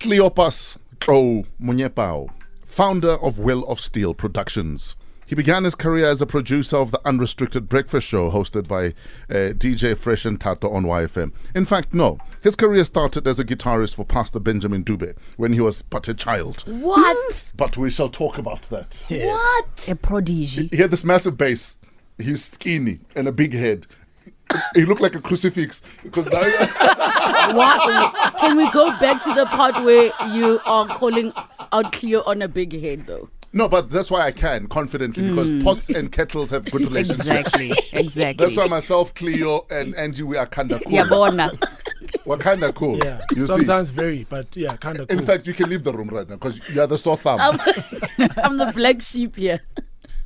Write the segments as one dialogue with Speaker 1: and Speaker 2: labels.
Speaker 1: Tliopas Tlo Munyepao, founder of Will of Steel Productions. He began his career as a producer of the Unrestricted Breakfast Show hosted by uh, DJ Fresh and Tato on YFM. In fact, no. His career started as a guitarist for Pastor Benjamin Dube when he was but a child.
Speaker 2: What?
Speaker 1: But we shall talk about that.
Speaker 2: What?
Speaker 3: A prodigy.
Speaker 1: He had this massive bass. He was skinny and a big head. He looked like a crucifix because now,
Speaker 2: what? Can we go back to the part where you are calling out Cleo on a big head, though?
Speaker 1: no, but that's why I can confidently because pots and kettles have good relationships.
Speaker 3: Exactly. Exactly.
Speaker 1: That's why myself, Cleo, and Angie we are kinda cool.
Speaker 3: Yabona.
Speaker 1: We're kinda cool.
Speaker 4: Yeah,
Speaker 1: You see.
Speaker 4: sometimes very, but yeah, kind of.
Speaker 1: In
Speaker 4: cool.
Speaker 1: fact, you can leave the room right now because you are the sore thumb.
Speaker 2: I'm, I'm the black sheep here.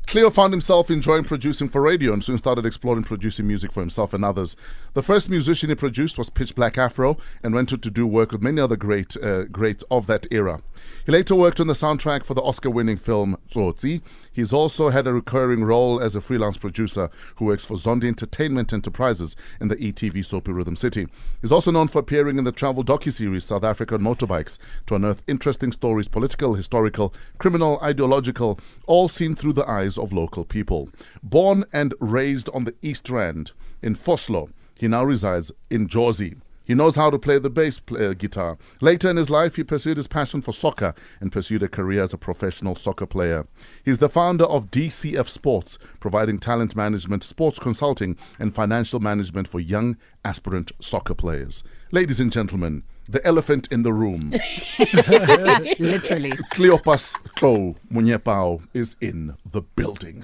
Speaker 1: Cleo found himself enjoying producing for radio and soon started exploring producing music for himself and others. The first musician he produced was Pitch Black Afro and went on to do work with many other great uh, greats of that era. He later worked on the soundtrack for the Oscar winning film Tsotsi. He's also had a recurring role as a freelance producer who works for Zondi Entertainment Enterprises in the ETV soapy Rhythm City. He's also known for appearing in the travel docuseries South African Motorbikes to unearth interesting stories political, historical, criminal, ideological, all seen through the eyes of local people. Born and raised on the East Rand in Foslo, he now resides in Jersey. He knows how to play the bass pl- uh, guitar. Later in his life, he pursued his passion for soccer and pursued a career as a professional soccer player. He's the founder of DCF Sports, providing talent management, sports consulting, and financial management for young aspirant soccer players. Ladies and gentlemen, the elephant in the room,
Speaker 3: Literally.
Speaker 1: Cleopas Tlo Munyepao, is in the building.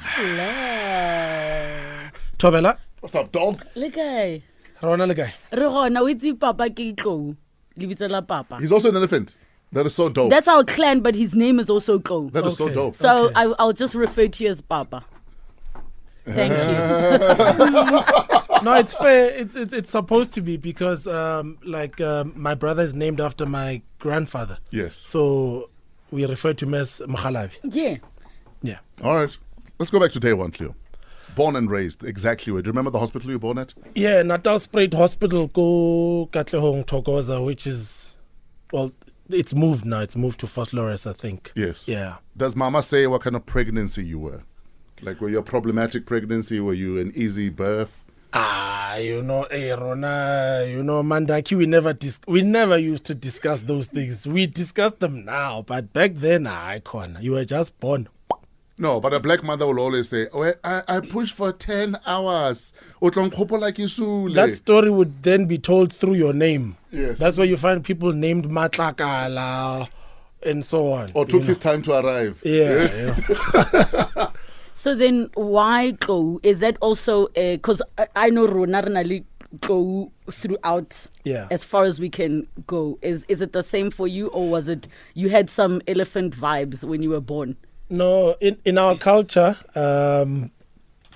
Speaker 4: Thobela,
Speaker 1: What's up, dog?
Speaker 2: Le kae?
Speaker 4: Rona le kae?
Speaker 2: Re gona o itse papa ke Tlou. Lebitso la papa.
Speaker 1: He's also an elephant. That is so dope. That is
Speaker 2: That's our clan, but his name is also Tlou.
Speaker 1: so
Speaker 4: Okay.
Speaker 1: dope.
Speaker 2: So I, I'll just refer to you as Papa. Thank you.
Speaker 4: No, it's fair. It's, it's it's supposed to be because um like um, my brother is named after my grandfather.
Speaker 1: Yes.
Speaker 4: So we refer to him as Mkhalabi.
Speaker 2: Yeah.
Speaker 4: Yeah.
Speaker 1: All right. Let's go back to day one, Cleo. Born and raised, exactly where. Do you remember the hospital you were born at?
Speaker 4: Yeah, Natal Sprite Hospital ko Katlehong Tokoza, which is well it's moved now. It's moved to First Lawrence, I think.
Speaker 1: Yes.
Speaker 4: Yeah.
Speaker 1: Does mama say what kind of pregnancy you were? Like, were you a problematic pregnancy? Were you an easy birth?
Speaker 4: Ah, you know, hey, Rona, you know, Mandaki, we never dis- we never used to discuss those things. We discuss them now, but back then, ah, I icon, you were just born.
Speaker 1: No, but a black mother will always say, oh, I, I push for 10 hours. O tla nkgopola ke Sule."
Speaker 4: That story would then be told through your name.
Speaker 1: Yes.
Speaker 4: That's where you find people named Matlakala and so on.
Speaker 1: Or
Speaker 4: you
Speaker 1: took
Speaker 4: know.
Speaker 1: his time to arrive.
Speaker 4: Yeah. yeah.
Speaker 2: So then, why Tlou? Is that also because I, I know Rona re na le Tlou throughout?
Speaker 4: Yeah.
Speaker 2: As far as we can go, is is it the same for you, or was it you had some elephant vibes when you were born?
Speaker 4: no, in, in our culture, um,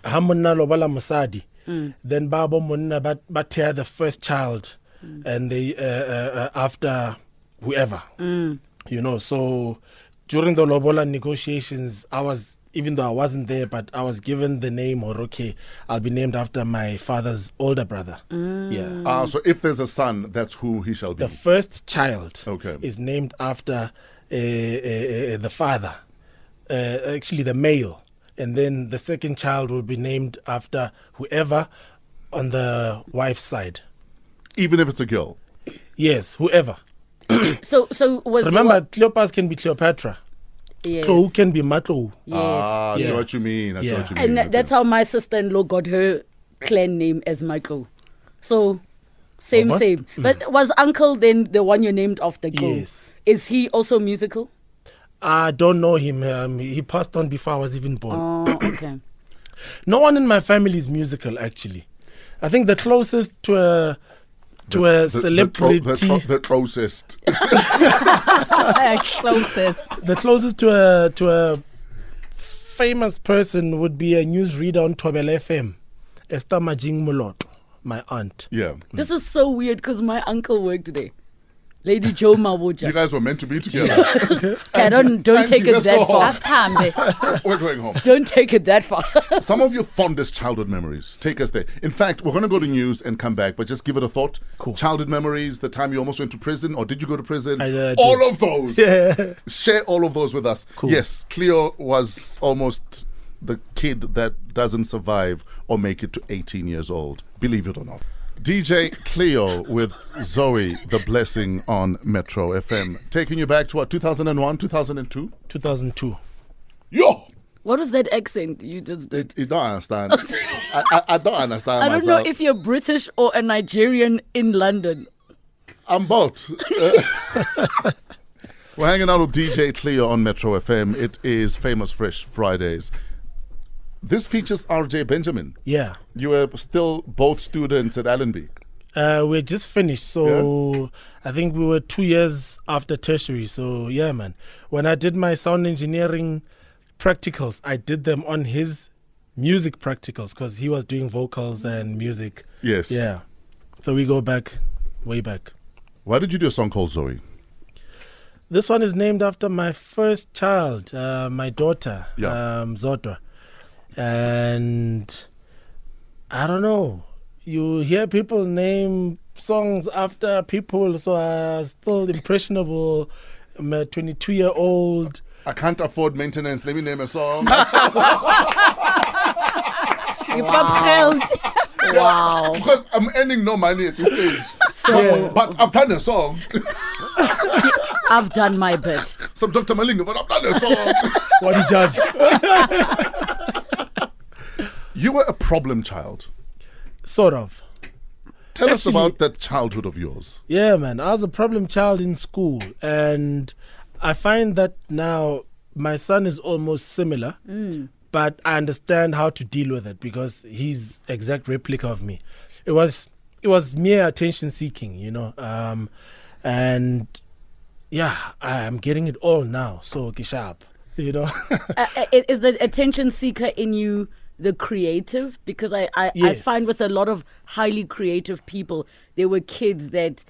Speaker 4: Hamuna Lobala Musadi, then Babo Munna but Batia, the first child, and they uh, uh, uh, after whoever. You know, so during the Lobola negotiations, I was, even though I wasn't there, but I was given the name Oroke. I'll be named after my father's older brother. Yeah.
Speaker 1: Ah, so if there's a son, that's who he shall be.
Speaker 4: The first child
Speaker 1: Okay.
Speaker 4: is named after uh, uh, uh, the father, uh, actually the male, and then the second child will be named after whoever on the wife's side.
Speaker 1: Even if it's a girl.
Speaker 4: Yes, whoever.
Speaker 2: So so was
Speaker 4: Remember, Cleopas can be Cleopatra.
Speaker 2: yes,
Speaker 4: Tlou can be Matlou.
Speaker 2: yes.
Speaker 1: Ah, I see
Speaker 4: Yeah.
Speaker 1: what you mean. I see
Speaker 4: Yeah.
Speaker 1: what you mean.
Speaker 2: and that,
Speaker 1: okay.
Speaker 2: that's how my sister-in-law got her clan name as Michael. So same
Speaker 4: What?
Speaker 2: same. But was uncle then the one you named after? Tlou?
Speaker 4: Mm. Yes.
Speaker 2: Is he also musical?
Speaker 4: I don't know him. Um, he passed on before I was even born.
Speaker 2: Oh, okay.
Speaker 4: No one in my family is musical, actually. I think the closest to a to a
Speaker 1: The- the
Speaker 4: celebrity.
Speaker 1: clo- The, clo- the closest.
Speaker 3: Closest.
Speaker 4: The closest to a to a famous person would be a newsreader on Tobel FM, Esther Majing Moloto, my aunt.
Speaker 1: yeah.
Speaker 2: This is so weird because my uncle worked there. Lady Joe
Speaker 1: You
Speaker 2: Mabuja.
Speaker 1: guys were meant to be together.
Speaker 2: Okay, don't don't
Speaker 1: Angie,
Speaker 2: take it
Speaker 1: let's go
Speaker 2: that
Speaker 1: on.
Speaker 2: far.
Speaker 3: Asihambe.
Speaker 1: we're going home.
Speaker 2: Don't take it that far.
Speaker 1: Some of your fondest childhood memories. Take us there. In fact, we're going to go to news and come back, but just give it a thought.
Speaker 4: Cool.
Speaker 1: Childhood memories, the time you almost went to prison, or did you go to prison?
Speaker 4: I, uh,
Speaker 1: all of those. Share all of those with us. Yes, Cleo was almost the kid that doesn't survive or make it to 18 years old, believe it or not. DJ Cleo with Zoe, the blessing on Metro FM. Taking you back to what, 2001, 2002?
Speaker 4: 2002.
Speaker 1: Yo!
Speaker 2: what was that accent you just did?
Speaker 1: It, you don't understand. I, I, I don't understand.
Speaker 2: I don't know
Speaker 1: myself.
Speaker 2: if you're British or a Nigerian in London.
Speaker 1: I'm both. Uh, We're hanging out with DJ Cleo on Metro FM. It is Famous Fresh Fridays. This features RJ Benjamin.
Speaker 4: Yeah.
Speaker 1: You were still both students at Allenby.
Speaker 4: Uh, we're just finished, so I think we were two years after tertiary. So yeah, man. When I did my sound engineering practicals, I did them on his music practicals because he was doing vocals and music.
Speaker 1: Yes.
Speaker 4: Yeah. So we go back, way back.
Speaker 1: Why did you do a song called Zoe?
Speaker 4: This one is named after my first child, uh, my daughter,
Speaker 1: Yeah.
Speaker 4: um, Zodwa. And I don't know, you hear people name songs after people, so I'm still impressionable. I'm a 22 year old.
Speaker 1: I can't afford maintenance. Let me name a song.
Speaker 3: You pop
Speaker 1: wow. Because I'm earning no money at this stage.
Speaker 2: So
Speaker 1: But I've done a song.
Speaker 2: I've done my bit.
Speaker 1: Some Dr. Malinga, but I've done a song.
Speaker 4: What do you judge?
Speaker 1: you were a problem child.
Speaker 4: sort of.
Speaker 1: Tell us
Speaker 4: Actually-
Speaker 1: about that childhood of yours.
Speaker 4: Yeah, man. I was a problem child in school, and I find that now my son is almost similar, but I understand how to deal with it because he's exact replica of me. It was it was mere attention seeking, you know, um, and yeah, I am getting it all now. So get sharp, you know.
Speaker 2: uh, uh, is the attention seeker in you the creative? Because I, I, I
Speaker 4: Yes.
Speaker 2: find with a lot of highly creative people, there were kids that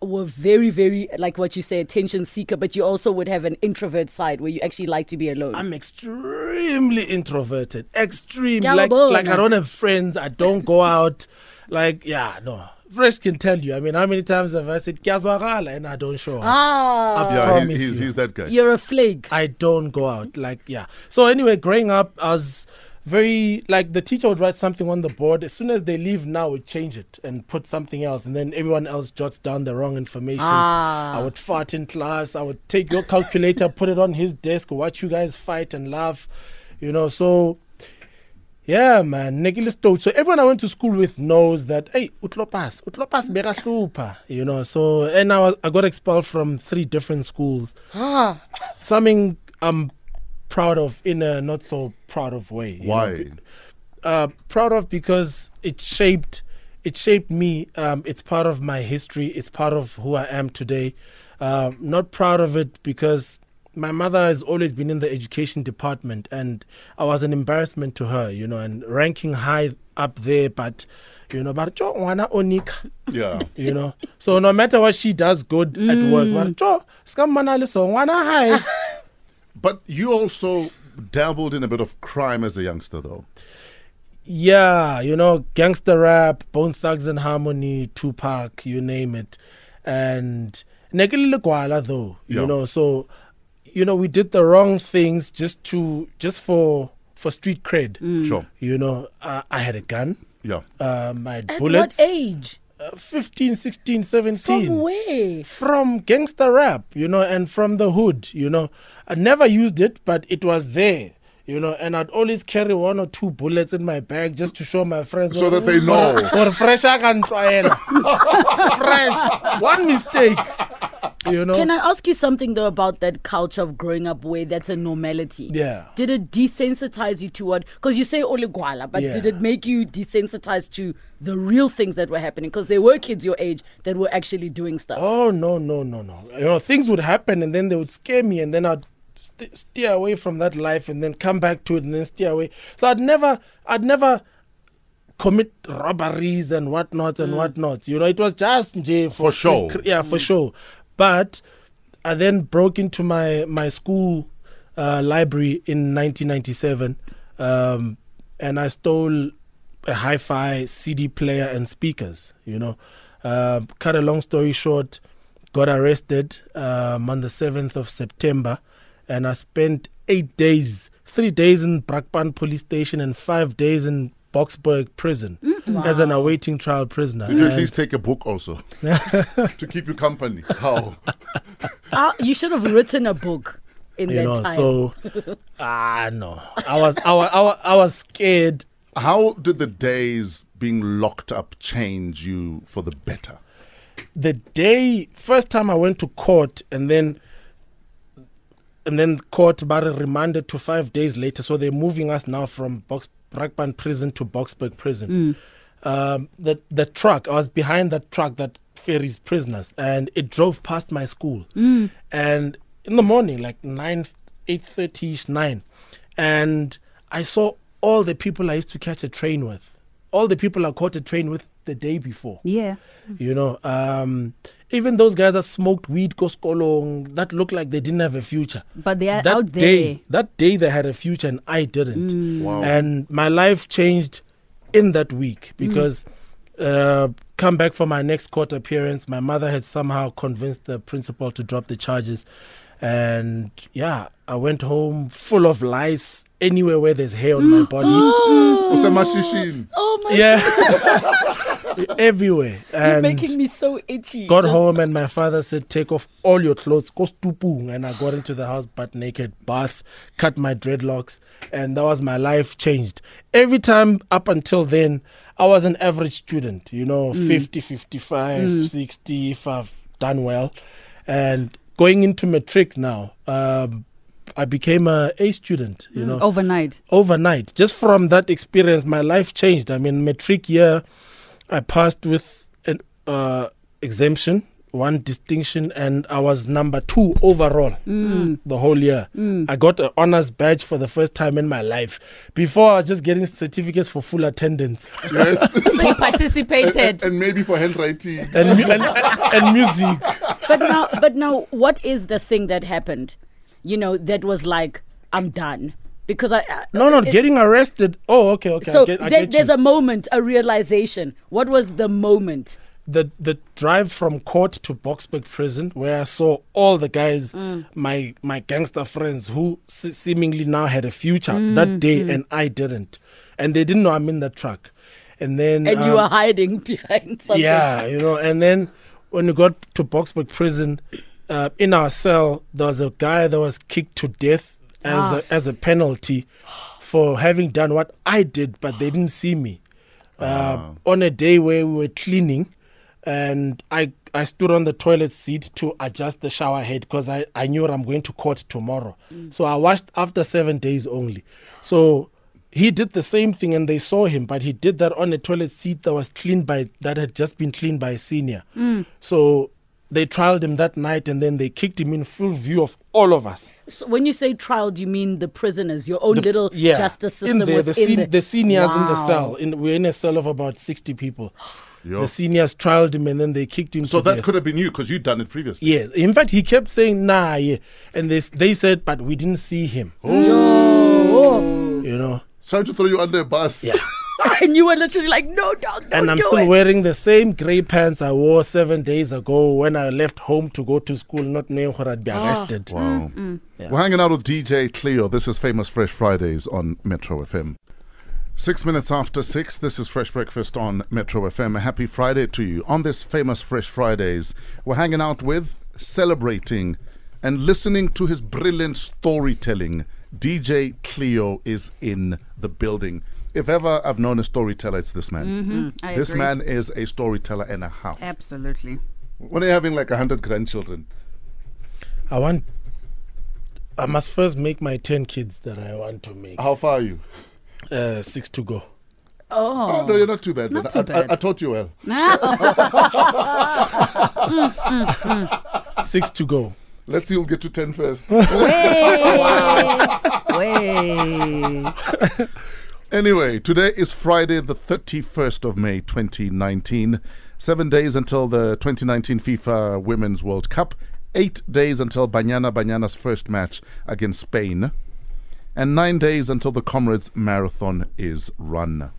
Speaker 2: were very, very, like what you say, attention seeker, but you also would have an introvert side where you actually like to be alone.
Speaker 4: I'm extremely introverted. Extreme.
Speaker 2: Yeah,
Speaker 4: Like,
Speaker 2: well,
Speaker 4: like I
Speaker 2: like-
Speaker 4: don't have friends. I don't go out. Like, yeah, no. Fresh can tell you. I mean, how many times have I said "Kyazwagala" and I don't show up?
Speaker 2: ah,
Speaker 4: I
Speaker 1: Yeah, he,
Speaker 4: promise
Speaker 1: he's,
Speaker 4: you.
Speaker 1: he's that guy.
Speaker 2: you're a flake.
Speaker 4: I don't go out. Like, yeah. So anyway, growing up, I was very like the teacher would write something on the board. As soon as they leave now, we change it and put something else, and then everyone else jots down the wrong information.
Speaker 2: Ah.
Speaker 4: I would fart in class. I would take your calculator, put it on his desk, watch you guys fight and laugh. You know, so yeah, man. Nicholas Toad. So everyone I went to school with knows that, hey, utlopas, utlopas beraslupa, you know. So, and I, was, I got expelled from three different schools. Something I'm proud of in a not so proud of way. you know.
Speaker 1: Why?
Speaker 4: Uh, proud of because it shaped, it shaped me. Um, it's part of my history. It's part of who I am today. Uh, not proud of it because my mother has always been in the education department, and I was an embarrassment to her, you know, and ranking high up there. But you know, but "Jo, ngwana o nika,"
Speaker 1: Yeah.
Speaker 4: you know. so no matter what she does, good at work. But "Jo, ska mmona le so, ngwana hai."
Speaker 1: But you also dabbled in a bit of crime as a youngster, though.
Speaker 4: Yeah, you know, gangster rap, Bone Thugs and Harmony, Tupac, you name it. And Negalilegwala though, you
Speaker 1: Yeah.
Speaker 4: know, so you know, we did the wrong things just to just for for street cred.
Speaker 2: Mm.
Speaker 1: Sure.
Speaker 4: You know, uh, I, I had a gun,
Speaker 1: Yeah.
Speaker 4: um, I had
Speaker 2: At
Speaker 4: bullets.
Speaker 2: what age?
Speaker 4: Uh, 15, 16, 17
Speaker 2: From where?
Speaker 4: from gangster rap, you know, and from the hood, you know. I never used it, but it was there, you know, and I'd always carry one or two bullets in my bag just to show my friends.
Speaker 1: So
Speaker 4: "Oh,
Speaker 1: that they
Speaker 4: ngora-
Speaker 1: know."
Speaker 4: ngora fresh I can try it. Fresh. One mistake. You know.
Speaker 2: Can I ask you something though about that culture of growing up where that's a normality?
Speaker 4: Yeah.
Speaker 2: Did it desensitize you toward? Because you say oligwala, but
Speaker 4: Yeah.
Speaker 2: did it make you desensitized to the real things that were happening? Because there were kids your age that were actually doing stuff.
Speaker 4: Oh no no no no! You know things would happen, and then they would scare me, and then I'd st- steer away from that life, and then come back to it, and then steer away. So I'd never, I'd never commit robberies and whatnot and whatnot. You know, it was just njay
Speaker 1: For show.
Speaker 4: Yeah, for sure. But I then broke into my my school uh, library in 1997, um, and I stole a hi-fi CD player and speakers. You know, Um cut a long story short, got arrested um, on the 7th of September, and I spent eight days, three days in Brakpan police station and five days in Boxburg prison as an awaiting trial prisoner.
Speaker 1: Did you at
Speaker 4: And-
Speaker 1: least take a book also to keep you company? How?
Speaker 2: Ah, you should have written a book in
Speaker 4: you
Speaker 2: that
Speaker 4: know,
Speaker 2: time.
Speaker 4: so ah no, I was I was, I was I was scared.
Speaker 1: How did the days being locked up change you for the better?
Speaker 4: The day first time I went to court and then and then court but remanded to five days later. So they're moving us now from Box Brakpan prison to Boxburg prison. Um, the the truck I was behind that truck that ferries prisoners and it drove past my school. And in the morning, like nine eight thirty ish nine, and I saw all the people I used to catch a train with, all the people I caught a train with the day before
Speaker 3: yeah.
Speaker 4: Mm-hmm. you know um even those guys that smoked weed koskolong that looked like they didn't have a future
Speaker 3: But they are
Speaker 4: that
Speaker 3: out there. Mm.
Speaker 4: day that day they had a future and i didn't
Speaker 1: Wow.
Speaker 4: and my life changed in that
Speaker 3: Mm.
Speaker 4: week because uh come back for my next court appearance my mother had somehow convinced the principal to drop the charges and yeah i went home full of lice anywhere where there's hair on
Speaker 3: Mm.
Speaker 4: my body
Speaker 1: Usemashishin.
Speaker 2: oh my
Speaker 4: yeah everywhere
Speaker 2: You're
Speaker 4: and
Speaker 2: making me so itchy.
Speaker 4: Got
Speaker 2: Just-
Speaker 4: home and my father said, "Take off all your clothes, go stupung." And I got into the house butt naked, bath, cut my dreadlocks, and that was my life changed. Every time up until then, I was an average student, you know, 50, 55, 60 if I've done well. And going into matric now, um, I became a A student, you know
Speaker 3: Overnight.
Speaker 4: overnight. Just from that experience, my life changed. I mean, metric year, I passed with an uh, exemption, one distinction, and I was number two overall
Speaker 2: Mm.
Speaker 4: the whole year. I got an honors badge for the first time in my life. Before, I was just getting certificates for full attendance
Speaker 1: Yes.
Speaker 3: They participated.
Speaker 1: and maybe for handwriting.
Speaker 4: and, mu- and, and music.
Speaker 2: but now, but now, what is the thing that happened? You know, that was like, I'm done because I. I
Speaker 4: No, no,
Speaker 2: it-
Speaker 4: getting arrested. Oh, okay, okay. I
Speaker 2: So
Speaker 4: get, I
Speaker 2: there-
Speaker 4: get you.
Speaker 2: there's a moment, a realization. What was the moment?
Speaker 4: the the drive from court to Boxburg prison, where I saw all the guys,
Speaker 2: Mm.
Speaker 4: my my gangster friends, who se- seemingly now had a future
Speaker 2: Mm,
Speaker 4: that day, and I didn't, and they didn't know I'm in the truck, and then
Speaker 2: And you
Speaker 4: um,
Speaker 2: were hiding behind something.
Speaker 4: yeah, you know. And then when we got to Boxburg prison, uh, in our cell, there was a guy that was kicked to death as a, as a penalty for having done what I did, but they didn't see me. Uh, On a day where we were cleaning, and I I stood on the toilet seat to adjust the shower head because I, I knew I'm going to court tomorrow. So I washed after seven days only. So he did the same thing and they saw him, but he did that on a toilet seat that was cleaned by that had just been cleaned by a senior. So they trialed him that night and then they kicked him in full view of all of us.
Speaker 2: So when you say trial, do you mean the prisoners, your own little
Speaker 4: Yeah.
Speaker 2: justice
Speaker 4: in
Speaker 2: system
Speaker 4: there, the,
Speaker 2: within
Speaker 4: sen- the seniors in the
Speaker 2: Wow.
Speaker 4: cell. In, we're in a cell of about sixty people.
Speaker 1: Yo.
Speaker 4: The seniors trialed him and then they kicked him.
Speaker 1: So
Speaker 4: to
Speaker 1: that
Speaker 4: death.
Speaker 1: could have been you because you'd done it previously.
Speaker 4: Yes. In fact, he kept saying, nah, yeah. And they, s- they said, but we didn't see him. You know?
Speaker 1: Trying to throw you under a bus. Yeah.
Speaker 2: and you were literally like, no, dog, don't
Speaker 4: And I'm
Speaker 2: do
Speaker 4: still
Speaker 2: it.
Speaker 4: wearing the same grey pants I wore seven days ago when I left home to go to school, not knowing where I'd be arrested.
Speaker 1: Wow.
Speaker 3: Mm-hmm.
Speaker 1: We're hanging out with DJ Cleo. This is Famous Fresh Fridays on Metro FM. Six minutes after six, this is Fresh Breakfast on Metro FM. A happy Friday to you. On this famous Fresh Fridays, we're hanging out with, celebrating, and listening to his brilliant storytelling. DJ Cleo is in the building. If ever I've known a storyteller, it's this man.
Speaker 3: Mm-hmm. I
Speaker 1: This
Speaker 3: agree.
Speaker 1: man is a storyteller and a half.
Speaker 3: Absolutely.
Speaker 1: When you're having like 100 grandchildren,
Speaker 4: I want. I must first make my 10 kids that I want to make.
Speaker 1: how far are you?
Speaker 4: Uh, six to go.
Speaker 3: Oh.
Speaker 1: Oh, no, you're not too bad.
Speaker 3: Not
Speaker 1: man.
Speaker 3: too
Speaker 1: I,
Speaker 3: bad.
Speaker 1: I, I taught you well.
Speaker 4: Six to go.
Speaker 1: Let's see who'll get to 10 first.
Speaker 3: Way.
Speaker 1: anyway, today is Friday, the 31st of May, 2019. Seven days until the 2019 FIFA Women's World Cup eight days until Banyana Banyana's first match against Spain, and nine days until the Comrades Marathon is run.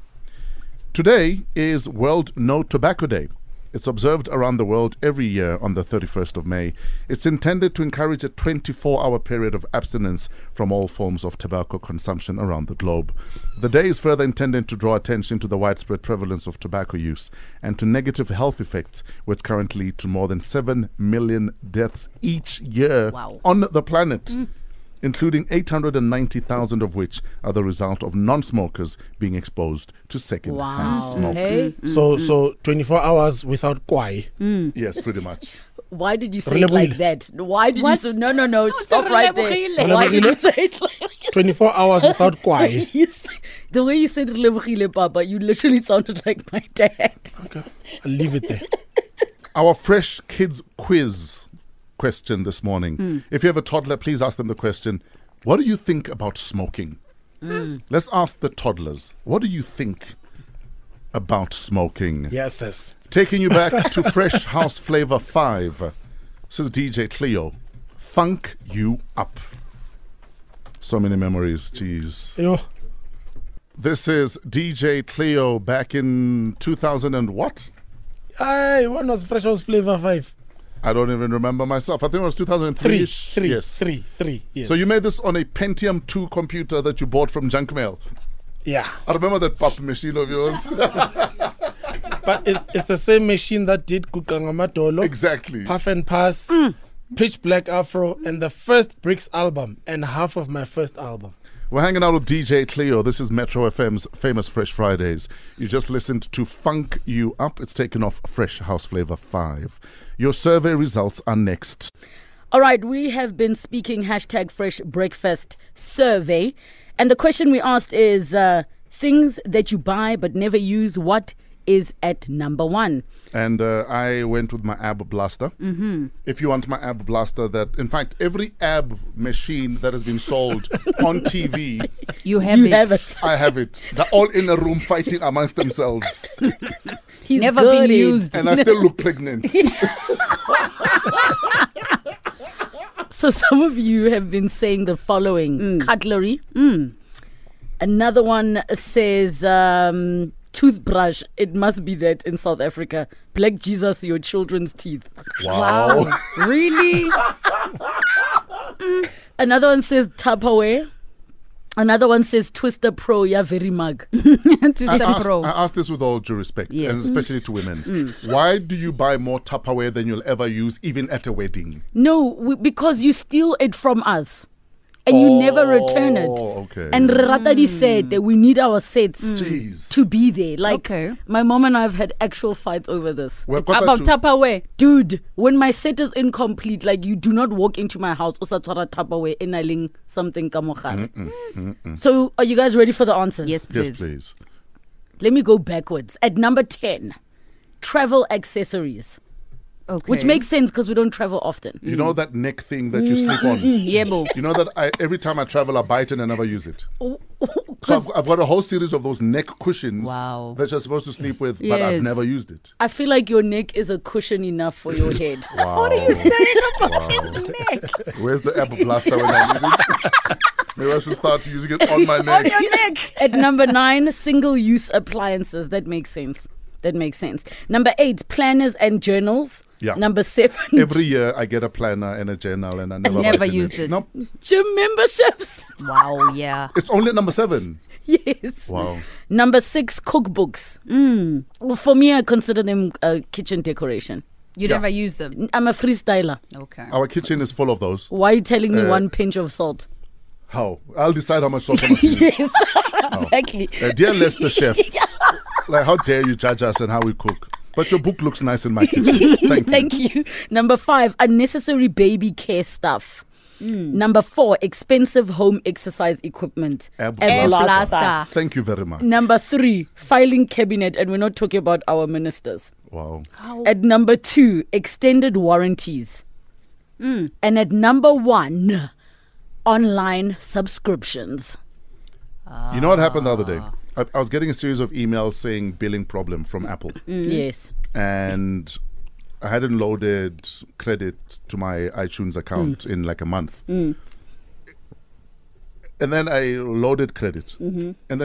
Speaker 1: Today is World No Tobacco Day. It's observed around the world every year on the 31st of May. It's intended to encourage a 24 hour period of abstinence from all forms of tobacco consumption around the globe. The day is further intended to draw attention to the widespread prevalence of tobacco use and to negative health effects, which currently to more than 7 million deaths each year
Speaker 3: Wow.
Speaker 1: on the planet. Including 890,000 of which are the result of non smokers being exposed to second hand
Speaker 2: Wow.
Speaker 1: smoke.
Speaker 2: Hey,
Speaker 4: So so 24 hours without kwai.
Speaker 1: Yes, pretty much.
Speaker 2: why did you say it like
Speaker 4: Relebohile.
Speaker 2: that? Why did
Speaker 3: What?
Speaker 2: you say, no, no, no,
Speaker 3: it's
Speaker 2: stop right there.
Speaker 3: relebohile.
Speaker 2: Why did you say it like
Speaker 4: 24 hours without kwai.
Speaker 2: You s- the way you said Relebohile, Papa, you literally sounded like my dad.
Speaker 4: Okay. I'll leave it there.
Speaker 1: Our fresh kids quiz question this morning. If you have a toddler, please ask them the question What do you think about smoking? Let's ask the toddlers. What do you think about smoking?
Speaker 4: Yes, yes.
Speaker 1: Taking you back to Fresh House Flavor 5. Says DJ Cleo. Funk you up. So many memories, jeez.
Speaker 4: Yo.
Speaker 1: This is DJ Cleo back in 2000 and what?
Speaker 4: Aye, one was fresh house flavor 5.
Speaker 1: I don't even remember myself. I think it was 2003
Speaker 4: Three,
Speaker 1: ish.
Speaker 4: three,
Speaker 1: yes.
Speaker 4: three, three, Yes.
Speaker 1: So you made this on a Pentium 2 computer that you bought from junk mail.
Speaker 4: yeah.
Speaker 1: I remember that pop machine of yours.
Speaker 4: But it's, it's the same machine that did Kukangamatolo,
Speaker 1: exactly.
Speaker 4: Puff and Pass, Pitch Black Afro, and the first Bricks album, and half of my first album.
Speaker 1: We're hanging out with DJ Cleo. This is Metro FM's famous Fresh Fridays. You just listened to Funk You Up. It's taken off Fresh House Flavor 5. Your survey results are next.
Speaker 2: All right, we have been speaking hashtag fresh breakfast survey. And the question we asked is uh, things that you buy but never use, what is at number one?
Speaker 1: and uh, I went with my ab blaster. Mm-hmm. If you want my ab blaster, that in fact every ab machine that has been sold on TV,
Speaker 3: You have
Speaker 2: you
Speaker 3: it.
Speaker 2: have it.
Speaker 1: I have it. They're all in a room fighting amongst themselves,
Speaker 2: He's
Speaker 3: Never
Speaker 2: good
Speaker 3: been
Speaker 2: at-
Speaker 3: used.
Speaker 1: and I still look pregnant.
Speaker 2: So some of you have been saying the following
Speaker 1: Mm.
Speaker 2: cutlery. Another one says um, toothbrush. It must be that in South Africa. Black Jesus, your children's teeth.
Speaker 1: Wow.
Speaker 3: really?
Speaker 2: Another one says Tupperware. Another one says Twister Pro, yeah, very mug.
Speaker 1: I
Speaker 3: Twisted
Speaker 1: asked,
Speaker 3: Pro.
Speaker 1: I asked this with all due respect,
Speaker 3: Yes. Mm.
Speaker 1: and especially to women. Why do you buy more Tupperware than you'll ever use, even at a wedding?
Speaker 2: No, we, because you steal it from us and you never return it.
Speaker 1: Oh, okay. Mm.
Speaker 2: And Ratadi said that we need our sets
Speaker 1: Jeez.
Speaker 2: to be there. Like,
Speaker 3: Okay.
Speaker 2: my mom and I have had actual fights over this.
Speaker 1: We've got that
Speaker 3: About
Speaker 1: to-
Speaker 3: Tupperware.
Speaker 2: Dude, when my set is incomplete, like, you do not walk into my house, usa tshwara Tupperware, and I link something ka mo
Speaker 1: Mm,
Speaker 2: gare. So, are you guys ready for the answers?
Speaker 3: Yes, please.
Speaker 1: Yes, please.
Speaker 2: Let me go backwards. At number 10, travel accessories,
Speaker 3: Okay.
Speaker 2: which makes sense because we don't travel often.
Speaker 3: Mm.
Speaker 1: You know that neck thing that you sleep on?
Speaker 3: Yebo.
Speaker 1: You know that I, every time I travel, I buy it and I never use it.
Speaker 2: Oh,
Speaker 1: So I've, I've got a whole series of those neck cushions
Speaker 3: Wow.
Speaker 1: that you're supposed to sleep with, but I've
Speaker 3: Yes.
Speaker 1: never used it.
Speaker 2: I feel like your neck is a cushion enough for your head.
Speaker 1: What are you saying about neck? Where's the apple blaster when I need it? Maybe I should start using it on my neck.
Speaker 3: neck.
Speaker 2: At number nine, single use appliances. That makes sense. That makes sense. Number eight, planners and journals.
Speaker 1: Yeah.
Speaker 2: Number seven,
Speaker 1: Every year I get a planner and a journal and I never,
Speaker 3: never
Speaker 1: write in
Speaker 3: used it.
Speaker 1: Nope.
Speaker 2: gym memberships.
Speaker 3: Wow, yeah.
Speaker 1: It's only at number seven.
Speaker 2: yes.
Speaker 1: Wow.
Speaker 2: Number six, cookbooks.
Speaker 1: Mm.
Speaker 2: Well, for me, I consider them uh, kitchen decoration.
Speaker 3: You
Speaker 1: Yeah. Oh.
Speaker 3: never use them.
Speaker 2: I'm a freestyler.
Speaker 3: Okay.
Speaker 1: Our kitchen is full of those.
Speaker 2: Why are you telling me
Speaker 1: Uh,
Speaker 2: one pinch of salt?
Speaker 1: How? I'll decide how much salt I'm gonna use.
Speaker 2: yes, exactly.
Speaker 1: uh, Dear Lester Chef, like how dare you judge us and how we cook? But your book looks nice in my kitchen. Thank you.
Speaker 2: Thank you. Number five, unnecessary baby care stuff.
Speaker 1: Mm.
Speaker 2: Number four, expensive home exercise equipment.
Speaker 1: Ab
Speaker 2: Ab
Speaker 1: blaster.
Speaker 3: blaster.
Speaker 1: Thank you very much.
Speaker 2: Number three, filing cabinet, and we're not talking about our ministers.
Speaker 1: Wow.
Speaker 2: At number two, extended warranties.
Speaker 1: Mm.
Speaker 2: And at number one, online subscriptions.
Speaker 1: You know what happened the other day? I, I was
Speaker 2: Mm-hmm.
Speaker 1: getting a series of emails saying billing problem from Apple,
Speaker 2: Yes.
Speaker 1: and I hadn't loaded credit to my iTunes account in like a month. And then I loaded credit. And then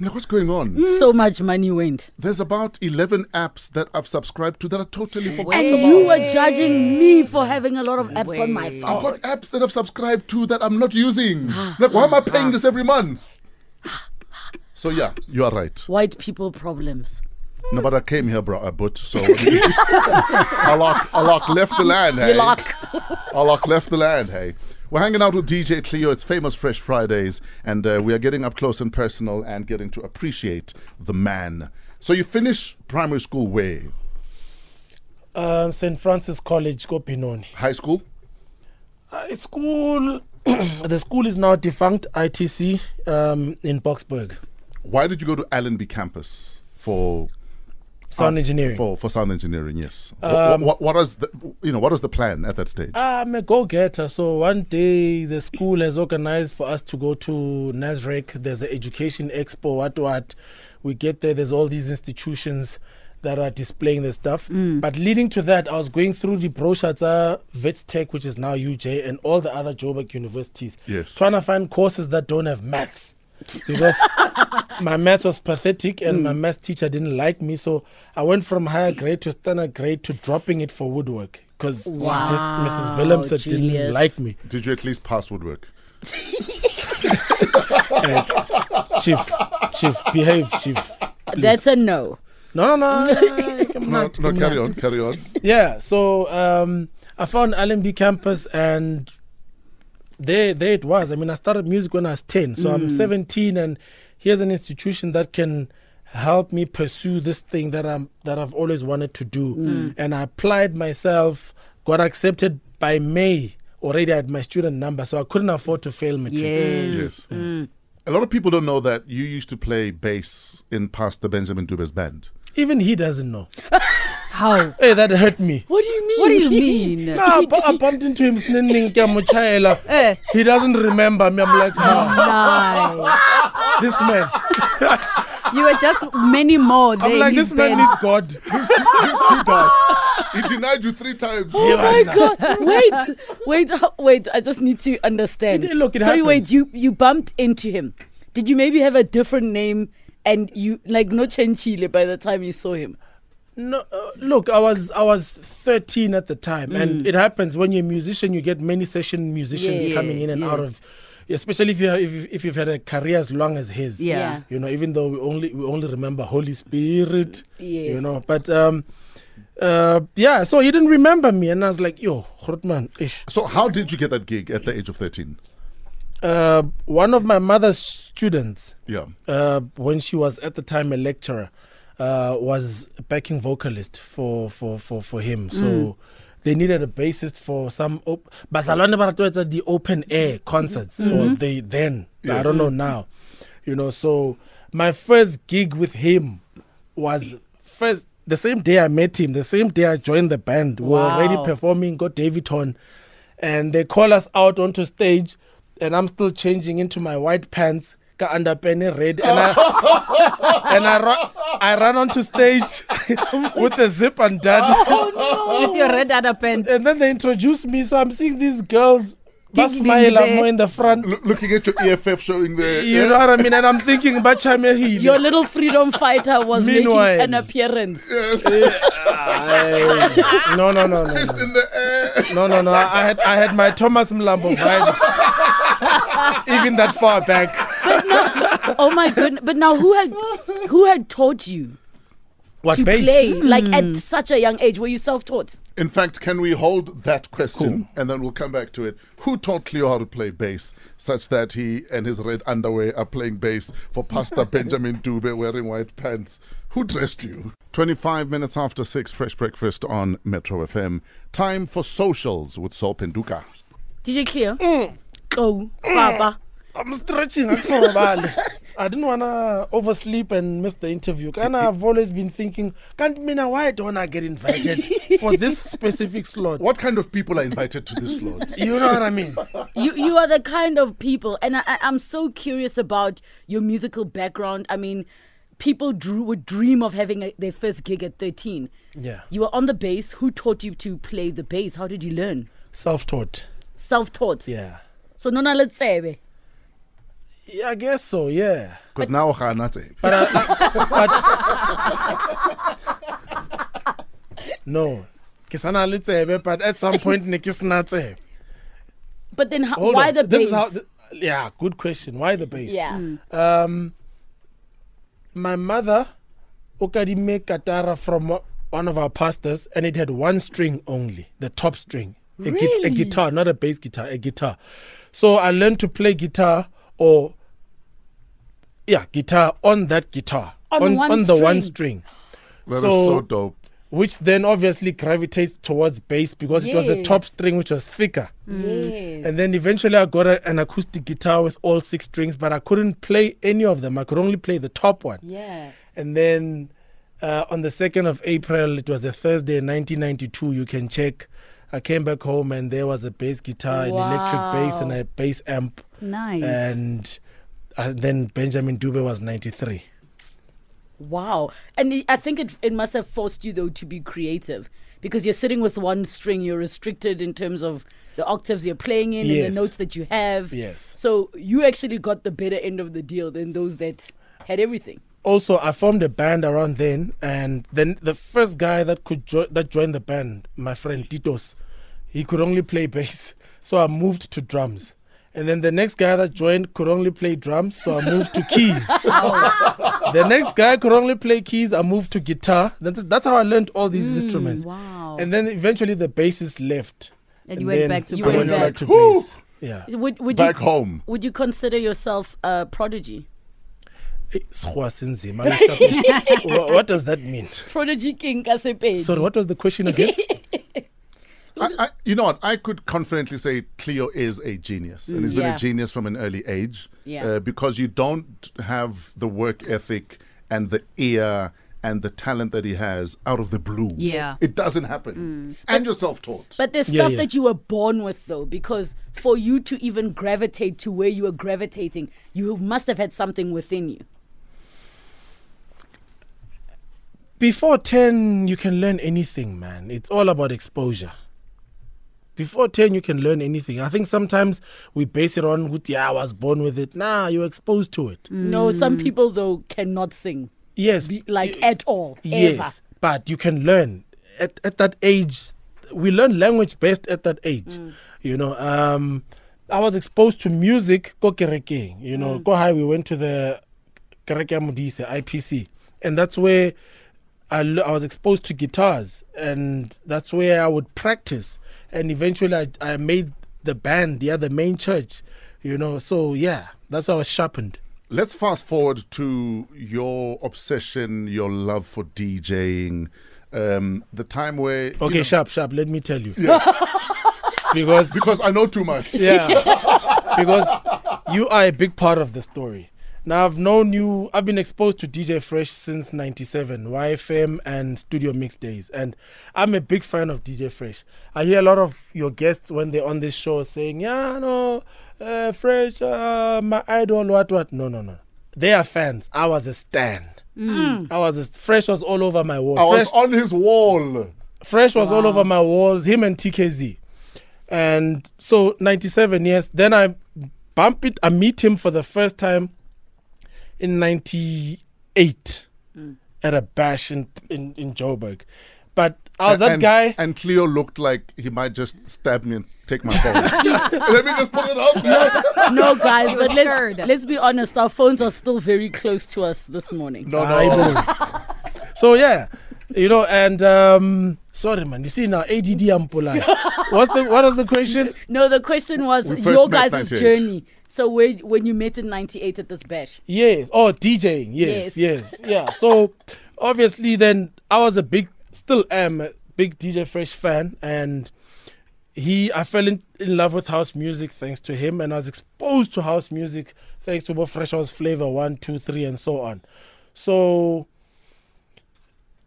Speaker 1: I'm like, what's going on?
Speaker 2: So much money went.
Speaker 1: There's about 11 apps that I've subscribed to that are totally forgotten.
Speaker 2: And
Speaker 3: Wait.
Speaker 2: you were judging me for having a lot of apps on my
Speaker 3: Wait.
Speaker 1: I've
Speaker 2: phone.
Speaker 1: got apps that I've subscribed to that I'm not using. like, why am I paying this every month? So yeah, you are right.
Speaker 2: White people problems.
Speaker 1: No, but I came here, bro. I bought. So Alok, Alok left the land. Hey.
Speaker 2: Luck.
Speaker 1: Alok left the land. Hey, we're hanging out with DJ Cleo. It's famous Fresh Fridays, and uh, we are getting up close and personal and getting to appreciate the man. So you finish primary school where?
Speaker 4: Um, St. Francis College, Kopinoni.
Speaker 1: High school?
Speaker 4: Uh, school, the school is now defunct, ITC, um, in Boxburg.
Speaker 1: Why did you go to Allenby campus for
Speaker 4: Sound engineering. Um,
Speaker 1: for for sound engineering? Yes. what, what, what is the you know what is the plan at that stage?
Speaker 4: I'm a Ah, go getter. So one day the school has organized for us to go to Nasrec. There's an education expo, what what. We get there, there's all these institutions that are displaying the stuff. But leading to that, I was going through the brochures, uh, VetsTech, which is now UJ, and all the other Joburg universities.
Speaker 1: Yes.
Speaker 4: Trying to find courses that don't have maths. Because my maths was pathetic and my maths teacher didn't like me. So I went from higher grade to standard grade to dropping it for woodwork. Because she just Mrs.
Speaker 2: Wow,
Speaker 4: Williams that
Speaker 2: genius.
Speaker 4: didn't like me,
Speaker 1: Did you at least pass woodwork?
Speaker 4: Chief. Chief, behave, Chief. please.
Speaker 2: That's a no.
Speaker 4: no, no, no. no, come
Speaker 1: No,
Speaker 4: out,
Speaker 1: no
Speaker 4: come
Speaker 1: carry
Speaker 4: out.
Speaker 1: on, carry on.
Speaker 4: Yeah. So um, I found LMB campus, and there, there it was. I mean, I started music when I was ten, so I'm 17, and here's an institution that can help me pursue this thing that I'm that I've always wanted to do. And I applied myself, got accepted by May. Already I had my student number, so I couldn't afford to fail matric.
Speaker 3: Yes.
Speaker 1: Yes. A lot of people don't know that you used to play bass in Pastor Benjamin Dubes band.
Speaker 4: Even he doesn't know.
Speaker 3: How?
Speaker 4: Hey, that hurt me.
Speaker 2: What do you mean?
Speaker 3: What do you mean?
Speaker 4: Nah, I bu- I bumped into him sniffing Kiamuchaela.
Speaker 3: Eh,
Speaker 4: He doesn't remember me. I'm like, nah,
Speaker 3: lie.
Speaker 4: this man.
Speaker 3: You were just many more there.
Speaker 4: I'm
Speaker 3: in
Speaker 4: like,
Speaker 3: his
Speaker 4: this man
Speaker 3: band.
Speaker 4: needs God.
Speaker 1: He's Judas. he denied you three times.
Speaker 2: Oh my god! Wait, wait, uh, wait! I just need to understand.
Speaker 4: It- look, it
Speaker 2: so you wait,
Speaker 4: happens.
Speaker 2: you you bumped into him. Did you maybe have a different name and you like no Chenchile by the time you saw him?
Speaker 4: No, uh, look, I was I was 13 at the time, and it happens when you're a musician, you get many session musicians
Speaker 3: Mm. Yeah,
Speaker 4: coming in and
Speaker 3: yeah.
Speaker 4: out of, especially if you have, if you- if you've had a career as long as his.
Speaker 3: Yeah.
Speaker 2: Yeah.
Speaker 4: You know, even though we only we only remember Holy Spirit. You
Speaker 2: Yes.
Speaker 4: know, but um, uh, yeah. So he didn't remember me, and I was like, yo, Grootman, ish.
Speaker 1: So how did you get that gig at the age of 13?
Speaker 4: uh, one of my mother's students,
Speaker 1: Yeah.
Speaker 4: uh, when she was at the time a lecturer, uh, was a backing vocalist for for for, for him. So they needed a bassist for some. Op- Barcelona Baratueta, the open air concerts, or they then, I don't know now. You know, so my first gig with him was first. The same day I met him, the same day I joined the band, we were already
Speaker 2: Wow.
Speaker 4: performing, got David on, and they call us out onto stage, and I'm still changing into my white pants, ka underpenny red, and I and I run I run onto stage with the zip undone,
Speaker 3: With your red underpants.
Speaker 4: and then they introduce me. So I'm seeing these girls, but
Speaker 3: Giggling
Speaker 4: smile, I'm
Speaker 3: there.
Speaker 4: more in the front.
Speaker 1: L- looking at your EFF showing there.
Speaker 4: You know what I mean? And I'm thinking,
Speaker 2: Your
Speaker 4: Bachamehili.
Speaker 2: little freedom fighter was
Speaker 4: Meanwhile.
Speaker 2: making an appearance.
Speaker 4: No, no, no, no. no.
Speaker 1: in the air.
Speaker 4: No, no, no. I I had I had my Thomas Mlambo vibes. Even that far back.
Speaker 2: Oh my goodness! But now who had who had taught you
Speaker 4: What
Speaker 2: to play like at such a young age? Were you self-taught?
Speaker 1: In fact, can we hold that question and then we'll come back to it? Who taught Cleo how to play bass such that he and his red underwear are playing bass for Pastor Benjamin Dube wearing white pants? Who dressed you? 25 minutes after 6, fresh breakfast on Metro FM. Time for socials with Sol Penduka.
Speaker 2: DJ Cleo, go, Papa.
Speaker 4: I'm stretching actually. I didn't wanna oversleep and miss the interview. And I've always been thinking, can't mean why don't I get invited for this specific slot?
Speaker 1: What kind of people are invited to this slot?
Speaker 4: You know what I mean?
Speaker 2: you you are the kind of people, and I, I- I'm so curious about your musical background. I mean, people drew, would dream of having a, their first gig at 13.
Speaker 4: Yeah.
Speaker 2: You were on the bass. Who taught you to play the bass? How did you learn?
Speaker 4: Self-taught.
Speaker 2: Self taught.
Speaker 4: Yeah.
Speaker 2: So, Nona Letsebe.
Speaker 4: Yeah, I guess so. Yeah.
Speaker 1: Because now I'm not a-
Speaker 4: But, I, but no, ke sana le tsebe. But at some point, ne ke sena tsebe.
Speaker 2: But then, how,
Speaker 4: Hold
Speaker 2: why
Speaker 4: on.
Speaker 2: the bass?
Speaker 4: this Is how th- yeah, good question. Why the bass?
Speaker 2: yeah.
Speaker 4: Um, my mother okadime katara from o- one of our pastors, and it had one string only, the top string. A, gui-
Speaker 2: Really?
Speaker 4: a guitar, not a bass guitar, a guitar. So I learned to play guitar or yeah, guitar on that guitar.
Speaker 2: On one
Speaker 4: on the one
Speaker 2: string.
Speaker 4: string.
Speaker 1: That is
Speaker 4: So-
Speaker 1: so dope.
Speaker 4: Which then obviously gravitates towards bass because it was the
Speaker 2: Yes.
Speaker 4: top string which was thicker.
Speaker 2: Mm. Yes.
Speaker 4: And then eventually I got a, an acoustic guitar with all six strings, but I couldn't play any of them. I could only play the top one.
Speaker 2: Yeah.
Speaker 4: And then uh, on the 2nd of April, it was a Thursday, 1992, you can check. I came back home and there was a bass guitar, an electric bass, and
Speaker 2: Wow.
Speaker 4: a bass amp.
Speaker 3: Nice.
Speaker 4: And uh, then Benjamin Dube was 93.
Speaker 2: Wow. And I- I think it, it must have forced you, though, to be creative because you're sitting with one string. You're restricted in terms of the octaves you're playing in and
Speaker 4: Yes.
Speaker 2: the notes that you have.
Speaker 4: Yes.
Speaker 2: So you actually got the better end of the deal than those that had everything.
Speaker 4: Also, I formed a band around then, and then the first guy that could jo- that joined the band, my friend Titos, he could only play bass, so I moved to drums. And then the next guy that joined could only play drums, so I moved to keys.
Speaker 3: Oh.
Speaker 4: the next guy could only play keys, I moved to guitar. That's, that's how I learned all these
Speaker 3: Hmm,
Speaker 4: instruments.
Speaker 2: wow.
Speaker 4: And then eventually the bassist left.
Speaker 3: And you went
Speaker 4: then
Speaker 3: back to
Speaker 4: I
Speaker 2: bass.
Speaker 4: went
Speaker 2: You went
Speaker 4: back to
Speaker 1: back. Whew.
Speaker 4: bass. Yeah.
Speaker 2: Would, would
Speaker 1: Back
Speaker 2: you,
Speaker 1: home.
Speaker 2: Would you consider yourself a prodigy?
Speaker 4: Eh, Sikhuwa sinzima, leshaka. Wha- what does that mean?
Speaker 2: Prodigy King Kasepedi.
Speaker 4: Sorry, what was the question again?
Speaker 1: I, I, you know what? I could confidently say Cleo is a genius, and he's been
Speaker 2: Mm, Yeah.
Speaker 1: a genius from an early age.
Speaker 2: Yeah.
Speaker 1: Uh, because you don't have the work ethic and the ear and the talent that he has out of the blue.
Speaker 3: Yeah.
Speaker 1: It doesn't happen. And you're self taught.
Speaker 2: Mm. But there's
Speaker 4: Yeah,
Speaker 2: stuff
Speaker 4: yeah.
Speaker 2: that you were born with, though, because for you to even gravitate to where you were gravitating, you must have had something within you.
Speaker 4: before 10 you can learn anything man it's all about exposure before 10 you can learn anything i think sometimes we base it on "Ukuthi, yeah i was born with it nah you're exposed to it
Speaker 2: No,
Speaker 4: Mm.
Speaker 2: some people, though, cannot sing,
Speaker 4: yes
Speaker 2: Mm. be- like
Speaker 4: y-
Speaker 2: at all, ever.
Speaker 4: yes but you can learn at, at that age we learn language best at that age you know um i was exposed to music go kerekeng you know go high we went to the kereke ya modise ipc and that's where I, l- I was exposed to guitars and that's where I would practice and eventually I, I made the band yeah the main church you know so yeah that's how I was sharpened
Speaker 1: Let's fast forward to your obsession, your love for DJing, um, the time where. you
Speaker 4: okay
Speaker 1: know-
Speaker 4: sharp sharp let me tell you because
Speaker 1: Because I know too much.
Speaker 4: yeah because you are a big part of the story now i've known you i've been exposed to dj fresh since 97 yfm and studio mix days and i'm a big fan of dj fresh i hear a lot of your guests when they're on this show saying yeah no uh, fresh uh, my idol what what no no no they are fans i was a stan i was a, fresh was all over my wall
Speaker 1: I was
Speaker 4: Fresh-
Speaker 1: on his wall.
Speaker 4: Fresh was all over my walls, him and TKZ. And so 97 years. Then I bump it, I meet him for the first time in 98 at a bash in, in, in Joburg. But I was Oh, that
Speaker 1: and,
Speaker 4: guy.
Speaker 1: And Cleo looked like he might just stab me and take my phone. Let me just put it out there.
Speaker 2: no, guys,
Speaker 3: He was
Speaker 2: but let's,
Speaker 3: scared.
Speaker 2: let's be honest, our phones are still very close to us this morning.
Speaker 1: No,
Speaker 4: I know. so yeah, you know, and um, sorry man, you see now ADD I'm polite. What's the what was the question?
Speaker 2: No, the question was
Speaker 1: We first
Speaker 2: your
Speaker 1: met
Speaker 2: guys'
Speaker 1: 98.
Speaker 2: journey. So, where, when you met in 98 at this bash,
Speaker 4: Yes. Oh, DJing. Yes, yes. Yeah. So obviously then I was a big still am a big DJ Fresh fan and he I fell in, in love with house music thanks to him and I was exposed to house music thanks to both Fresh House Flavor one, two, three, and so on. So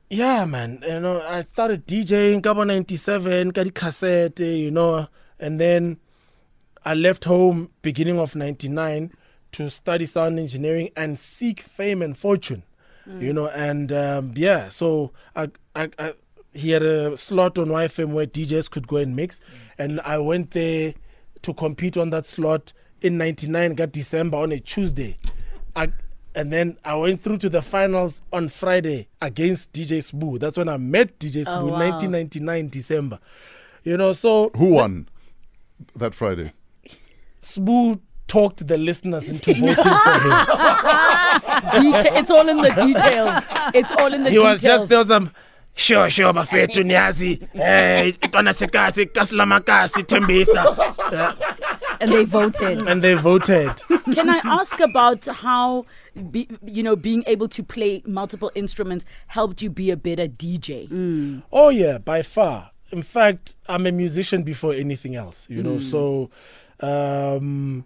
Speaker 4: yeah, man. You know, I started DJing Gabo 97, Kadi Cassette, you know, and then I left home beginning of 99 to study sound engineering and seek fame and fortune.
Speaker 2: Mm.
Speaker 4: you know. And um, yeah, so I, I, I, he had a slot on YFM where DJs could go and
Speaker 2: Mm.
Speaker 4: mix, and I went there to compete on that slot in '99. Got December on a Tuesday, I, and then I went through to the finals on Friday against DJ Spoo. That's when I met DJ Spoo,
Speaker 2: Oh, wow.
Speaker 4: 1999 December. You know, so
Speaker 1: Who won that Friday?
Speaker 4: Spoo talked the listeners into voting for him.
Speaker 2: Deta- it's all in the details. It's all in the
Speaker 4: he was
Speaker 2: details.
Speaker 4: just there was some sure sure bafethu niyazi eh ntwana sekasi kasi lamakasi thembisa Yeah,
Speaker 3: And they voted.
Speaker 4: and they voted
Speaker 2: Can I ask about how, be, you know, being able to play multiple instruments helped you be a better DJ?
Speaker 3: Mm.
Speaker 4: oh yeah by far in fact i'm a musician before anything else you know so um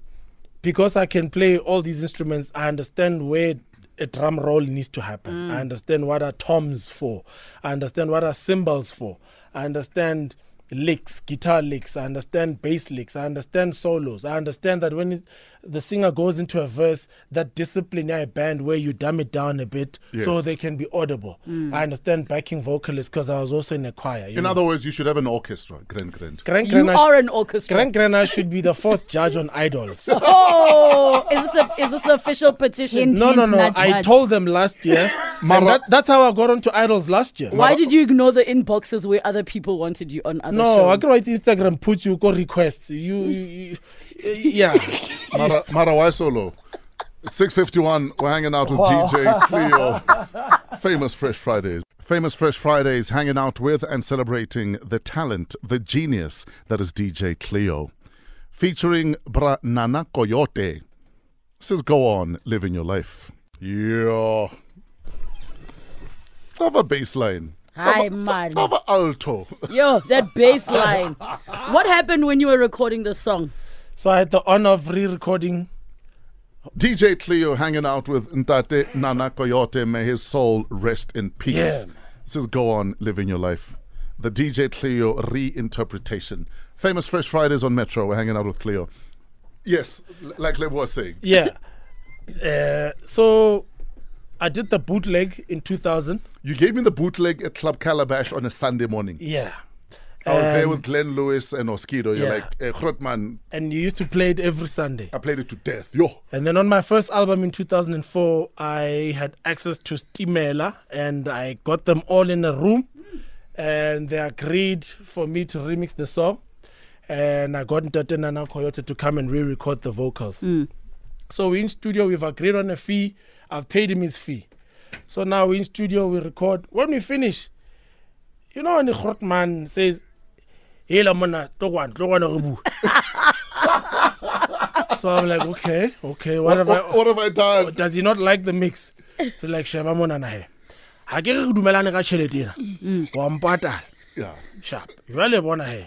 Speaker 4: because i can play all these instruments i understand where a drum roll needs to happen i understand what are toms for i understand what are cymbals for i understand licks, guitar licks. I understand bass licks. I understand solos. I understand that when it, the singer goes into a verse, that disciplinary band where you dumb it down a bit so
Speaker 1: Yes.
Speaker 4: they can be audible.
Speaker 2: Mm.
Speaker 4: I understand backing vocalists because I was also in a choir. You
Speaker 1: In
Speaker 4: know.
Speaker 1: other words, you should have an orchestra. Grand, grand.
Speaker 4: Grand
Speaker 2: You
Speaker 4: Grena-
Speaker 2: are an orchestra.
Speaker 4: Grand Grena should be the fourth judge on Idols.
Speaker 2: Oh, is this, a, is this the official petition?
Speaker 3: Hint.
Speaker 4: No, no, no.
Speaker 3: Not
Speaker 4: I
Speaker 3: judge.
Speaker 4: told them last year.
Speaker 1: Mara-
Speaker 4: and that, that's how I got onto Idols last year.
Speaker 2: Why did you ignore the inboxes where other people wanted you on other
Speaker 4: No, I
Speaker 2: shows?
Speaker 4: can write Instagram, put you, go requests. You, you, you yeah.
Speaker 1: Mara, Mara, why solo? 651, we're hanging out with DJ Cleo. Famous Fresh Fridays. Famous Fresh Fridays, hanging out with and celebrating the talent, the genius that is DJ Cleo. Featuring Bra Nana Coyote. Says, go on, living your life. Yeah. Let's have a bass line.
Speaker 2: Hi,
Speaker 1: Let's
Speaker 2: man.
Speaker 1: have a alto.
Speaker 2: Yo, that bass line. What happened when you were recording the song?
Speaker 4: So I had the honor of re-recording.
Speaker 1: DJ Cleo hanging out with Ntate Nana Coyote. May his soul rest in peace.
Speaker 4: Yeah.
Speaker 1: This is Go On Living Your Life. The DJ Cleo reinterpretation. Famous Fresh Fridays on Metro. We're hanging out with Cleo. Yes, l- like Lebo was saying.
Speaker 4: Yeah. uh, so I did the bootleg in 2000.
Speaker 1: You gave me the bootleg at Club Calabash on a Sunday morning.
Speaker 4: Yeah.
Speaker 1: I was there
Speaker 4: Um,
Speaker 1: with Glenn Lewis and Oskido. You're
Speaker 4: yeah.
Speaker 1: like, eh, Grotman,
Speaker 4: And you used to play it every Sunday.
Speaker 1: I played it to death. Yo.
Speaker 4: And then on my first album in 2004, I had access to Stimela and I got them all in a room and they agreed for me to remix the song. And I got Ntate Nana Coyote to come and re record the vocals. So we're in studio, we've agreed on a fee. I've paid him his fee. So now we're in studio, we record. When we finish, you know, when the Grotman says, Hela mona, Tlogwana, Tlogwana re bua." So I'm like, okay, okay, what
Speaker 1: What,
Speaker 4: have I.
Speaker 1: what, what have I done?
Speaker 4: does he not like the mix He's like sheba monana he ga ke re re dumelane ka tšhelete ena wa mpatala
Speaker 1: Yeah.
Speaker 4: sharp jale bona he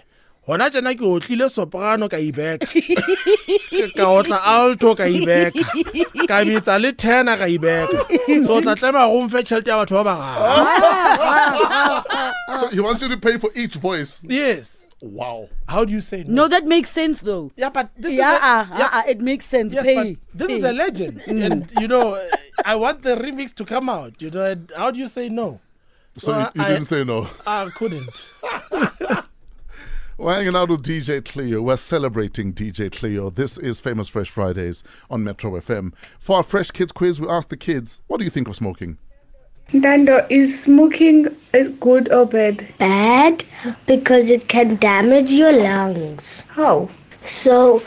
Speaker 4: gona tsena ke otlile soprano ka ibeka Ke- ka otla alto ka ibeka ka betsa le tena ka ibeka so o tla tlema go mfe tšhelete ya batho ba bagaba
Speaker 1: So he wants you to pay for each voice.
Speaker 4: yes
Speaker 1: Wow.
Speaker 4: how do you say
Speaker 2: No, that makes sense though.
Speaker 4: yeah but this is
Speaker 2: Yeah,
Speaker 4: a-
Speaker 2: ah, Mm.
Speaker 4: yeah,
Speaker 2: ah, ah, it makes sense.
Speaker 4: Yes,
Speaker 2: Pay.
Speaker 4: but this is
Speaker 2: Pay.
Speaker 4: a legend, and you know, I want the remix to come out. You know, and how do you say no?
Speaker 1: So
Speaker 4: Well,
Speaker 1: you, you
Speaker 4: I-
Speaker 1: didn't say no.
Speaker 4: I couldn't.
Speaker 1: We're hanging out with DJ Cleo. We're celebrating DJ Cleo. This is Famous Fresh Fridays on Metro FM. For our Fresh Kids quiz, we asked the kids, what do you think of smoking?
Speaker 5: Nando, is smoking is good or bad?
Speaker 6: bad because it can damage your lungs.
Speaker 5: How?
Speaker 6: So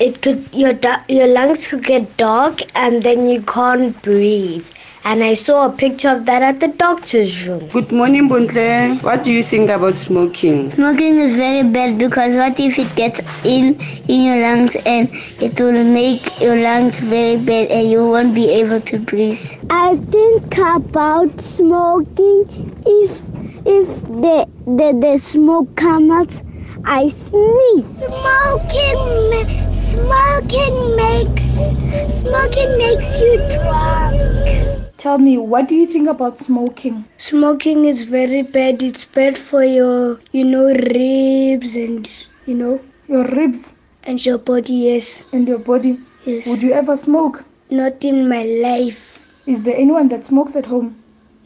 Speaker 6: it could your du- your lungs could get dark and then you can't breathe. And I saw a picture of that at the doctor's room.
Speaker 7: Good morning, Buntle. What do you think about smoking?
Speaker 8: Smoking is very bad because what if it gets in in your lungs and it will make your lungs very bad and you won't be able to breathe. I think about smoking if if the the, the smoke comes out I sneeze. Smoking ma- smoking makes smoking makes you drunk.
Speaker 5: Tell me, what do you think about smoking?
Speaker 8: Smoking is very bad. It's bad for your, you know, ribs and, you know,
Speaker 5: Your ribs
Speaker 8: and your body. Yes,
Speaker 5: and your body.
Speaker 8: yes.
Speaker 5: Would you ever smoke?
Speaker 8: Not in my life.
Speaker 9: Is there anyone that smokes at home?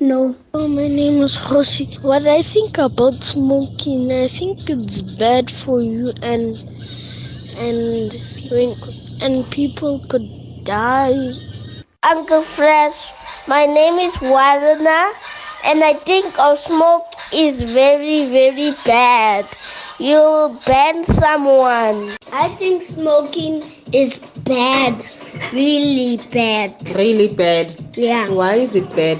Speaker 6: No. Oh, my name is Josi. What I think about smoking, I think it's bad for you, and and when, and people could die.
Speaker 8: Uncle Fresh, my name is Waruna, and I think of smoke is very, very bad. You'll ban someone. I think smoking is bad, really bad.
Speaker 10: Really bad.
Speaker 8: Yeah.
Speaker 10: Why is it bad?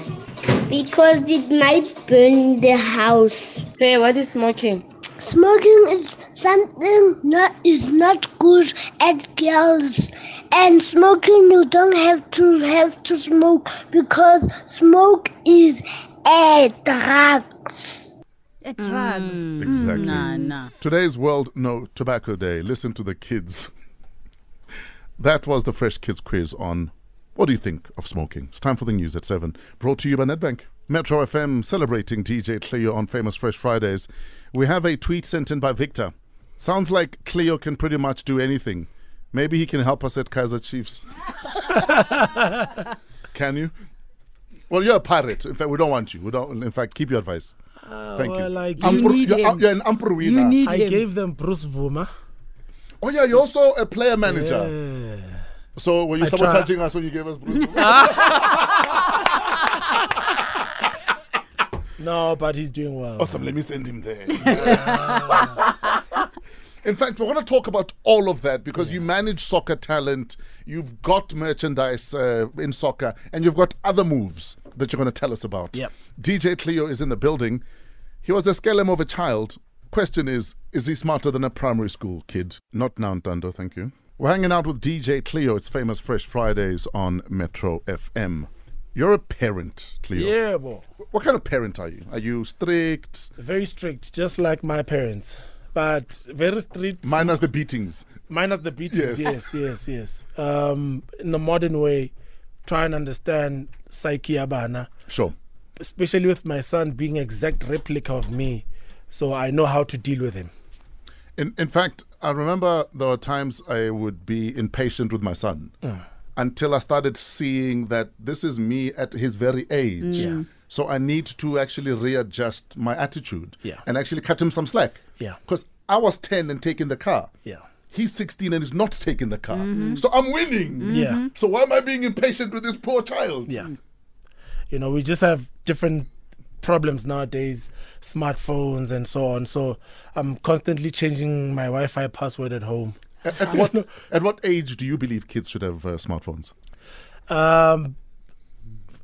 Speaker 8: Because it might burn the house.
Speaker 10: Hey, what is smoking?
Speaker 8: Smoking is something not is not good at girls. And smoking you don't have to have to smoke because smoke is a drugs.
Speaker 2: At drugs.
Speaker 1: Exactly.
Speaker 2: Mm. Nah, nah.
Speaker 1: Today's World No Tobacco Day. Listen to the kids. That was the Fresh Kids quiz on what do you think of smoking? It's time for the news at 7. Brought to you by Nedbank. Metro FM celebrating DJ Cleo on Famous Fresh Fridays. We have a tweet sent in by Victor. Sounds like Cleo can pretty much do anything. Maybe he can help us at Kaiser Chiefs. can you? Well, you're a pirate. In fact, we don't want you. We don't. In fact, keep your advice. Thank you.
Speaker 4: well, I gave,
Speaker 2: Um,
Speaker 1: Ampro-
Speaker 2: need
Speaker 1: you're,
Speaker 2: him.
Speaker 1: you're an Ampruwina.
Speaker 2: You need
Speaker 4: I
Speaker 2: him.
Speaker 4: gave them Bruce Vuma.
Speaker 1: Oh yeah, you're also a player manager. So were you
Speaker 4: I try.
Speaker 1: sabotaging us when you gave us Bruce?
Speaker 4: No, but he's doing well.
Speaker 1: awesome, let me send him there. In fact, we're going to talk about all of that because you manage soccer talent, you've got merchandise uh, in soccer, and you've got other moves that you're going to tell us about.
Speaker 4: Yep.
Speaker 1: DJ Cleo is in the building. He was a scalem of a child. Question is, is he smarter than a primary school kid? Not now, Ntando, thank you. We're hanging out with DJ Cleo. It's famous Fresh Fridays on Metro FM. You're a parent, Cleo.
Speaker 4: Yeah, boy.
Speaker 1: What kind of parent are you? Are you strict?
Speaker 4: Very strict, just like my parents. But very strict.
Speaker 1: Minus the beatings.
Speaker 4: minus the beatings.
Speaker 1: Yes.
Speaker 4: Yes, yes, yes. Um, in a modern way, try and understand psyche abana,
Speaker 1: Sure.
Speaker 4: especially with my son being exact replica of me, so I know how to deal with him.
Speaker 1: In, in fact, I remember there were times I would be impatient with my son
Speaker 4: Ah.
Speaker 1: until I started seeing that this is me at his very age.
Speaker 4: Yeah.
Speaker 1: So I need to actually readjust my attitude
Speaker 4: Yeah.
Speaker 1: and actually cut him some slack.
Speaker 4: Yeah.
Speaker 1: Because I was 10 and taking the car.
Speaker 4: Yeah.
Speaker 1: He's 16 and is not taking the car. So I'm winning.
Speaker 4: Yeah.
Speaker 1: So why am I being impatient with this poor child?
Speaker 4: Yeah. You know, we just have different problems nowadays, smartphones and so on. So I'm constantly changing my Wi-Fi password at home.
Speaker 1: At, at what, at what age do you believe kids should have uh, smartphones?
Speaker 4: Um,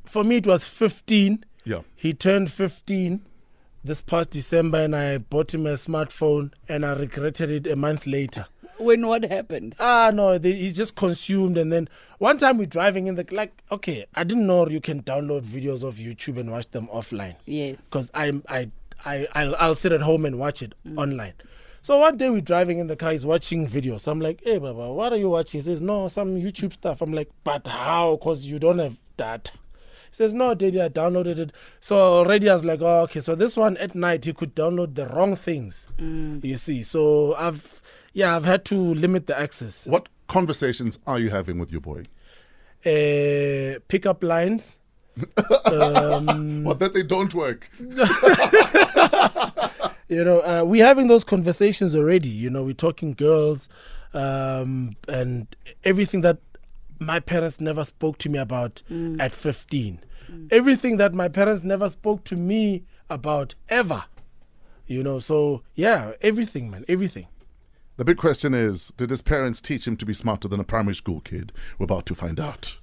Speaker 4: for me, it was 15.
Speaker 1: Yeah.
Speaker 4: He turned 15 this past December, and I bought him a smartphone, and I regretted it a month later.
Speaker 2: When what happened?
Speaker 4: Ah, no, they, he's just consumed. And then one time we're driving in the, like, okay, I didn't know you can download videos of YouTube and watch them offline.
Speaker 2: Yes.
Speaker 4: because I I I I'll, I'll sit at home and watch it online. So one day we're driving in the car, he's watching videos. I'm like, hey, Baba, what are you watching? He says, no, some YouTube stuff. I'm like, but how? Because you don't have data. He says, no, Daddy, I downloaded it. So already I was like, oh, okay. So this one at night, he could download the wrong things, you see. So I've, yeah, I've had to limit the access.
Speaker 1: What conversations are you having with your boy?
Speaker 4: Uh, pickup lines.
Speaker 1: Well, that they don't work.
Speaker 4: you know uh, we're having those conversations already you know we're talking girls um, and everything that my parents never spoke to me about
Speaker 3: Mm.
Speaker 4: at 15 everything that my parents never spoke to me about ever you know so yeah everything man everything
Speaker 1: The big question is did his parents teach him to be smarter than a primary school kid? We're about to find out.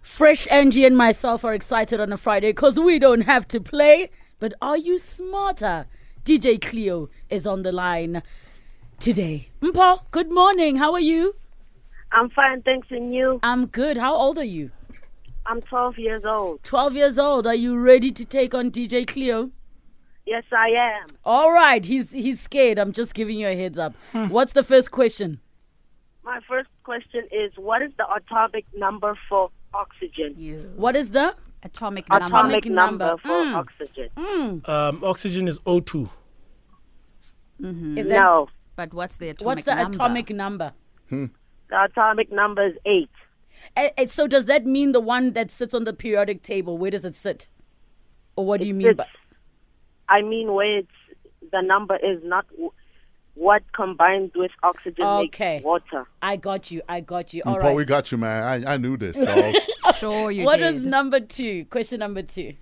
Speaker 2: Fresh Angie and myself are excited on a Friday because we don't have to play. But are you smarter? DJ Cleo is on the line today. Mpo, good morning. How are you?
Speaker 11: I'm fine, thanks. And you?
Speaker 2: I'm good. How old are you?
Speaker 11: I'm 12 years old.
Speaker 2: 12 years old. Are you ready to take on DJ Cleo?
Speaker 11: Yes, I am.
Speaker 2: All right. He's he's scared. I'm just giving you a heads up.
Speaker 1: Hmm.
Speaker 2: What's the first question?
Speaker 11: My first question is what is the atomic number for oxygen?
Speaker 2: What is the
Speaker 3: Atomic number.
Speaker 11: Atomic
Speaker 2: number.
Speaker 11: number, for
Speaker 2: Mm.
Speaker 11: oxygen.
Speaker 4: um, oxygen is o2
Speaker 2: is that
Speaker 11: No,
Speaker 3: But what's the atomic
Speaker 2: what's the
Speaker 3: number?
Speaker 2: atomic number?
Speaker 11: The atomic number is eight.
Speaker 2: And, and so does that mean the one that sits on the periodic table? Where does it sit? Or what do you mean by?
Speaker 11: I mean, where it's, the number is not w- what combined with oxygen
Speaker 2: Okay.
Speaker 11: makes water.
Speaker 2: I got you. I got you.
Speaker 1: Paul,
Speaker 2: All right.
Speaker 1: Mm, we got you, man. I, I knew this. dog.
Speaker 2: sure
Speaker 11: you
Speaker 2: What
Speaker 11: did.
Speaker 2: is number two? Question number two.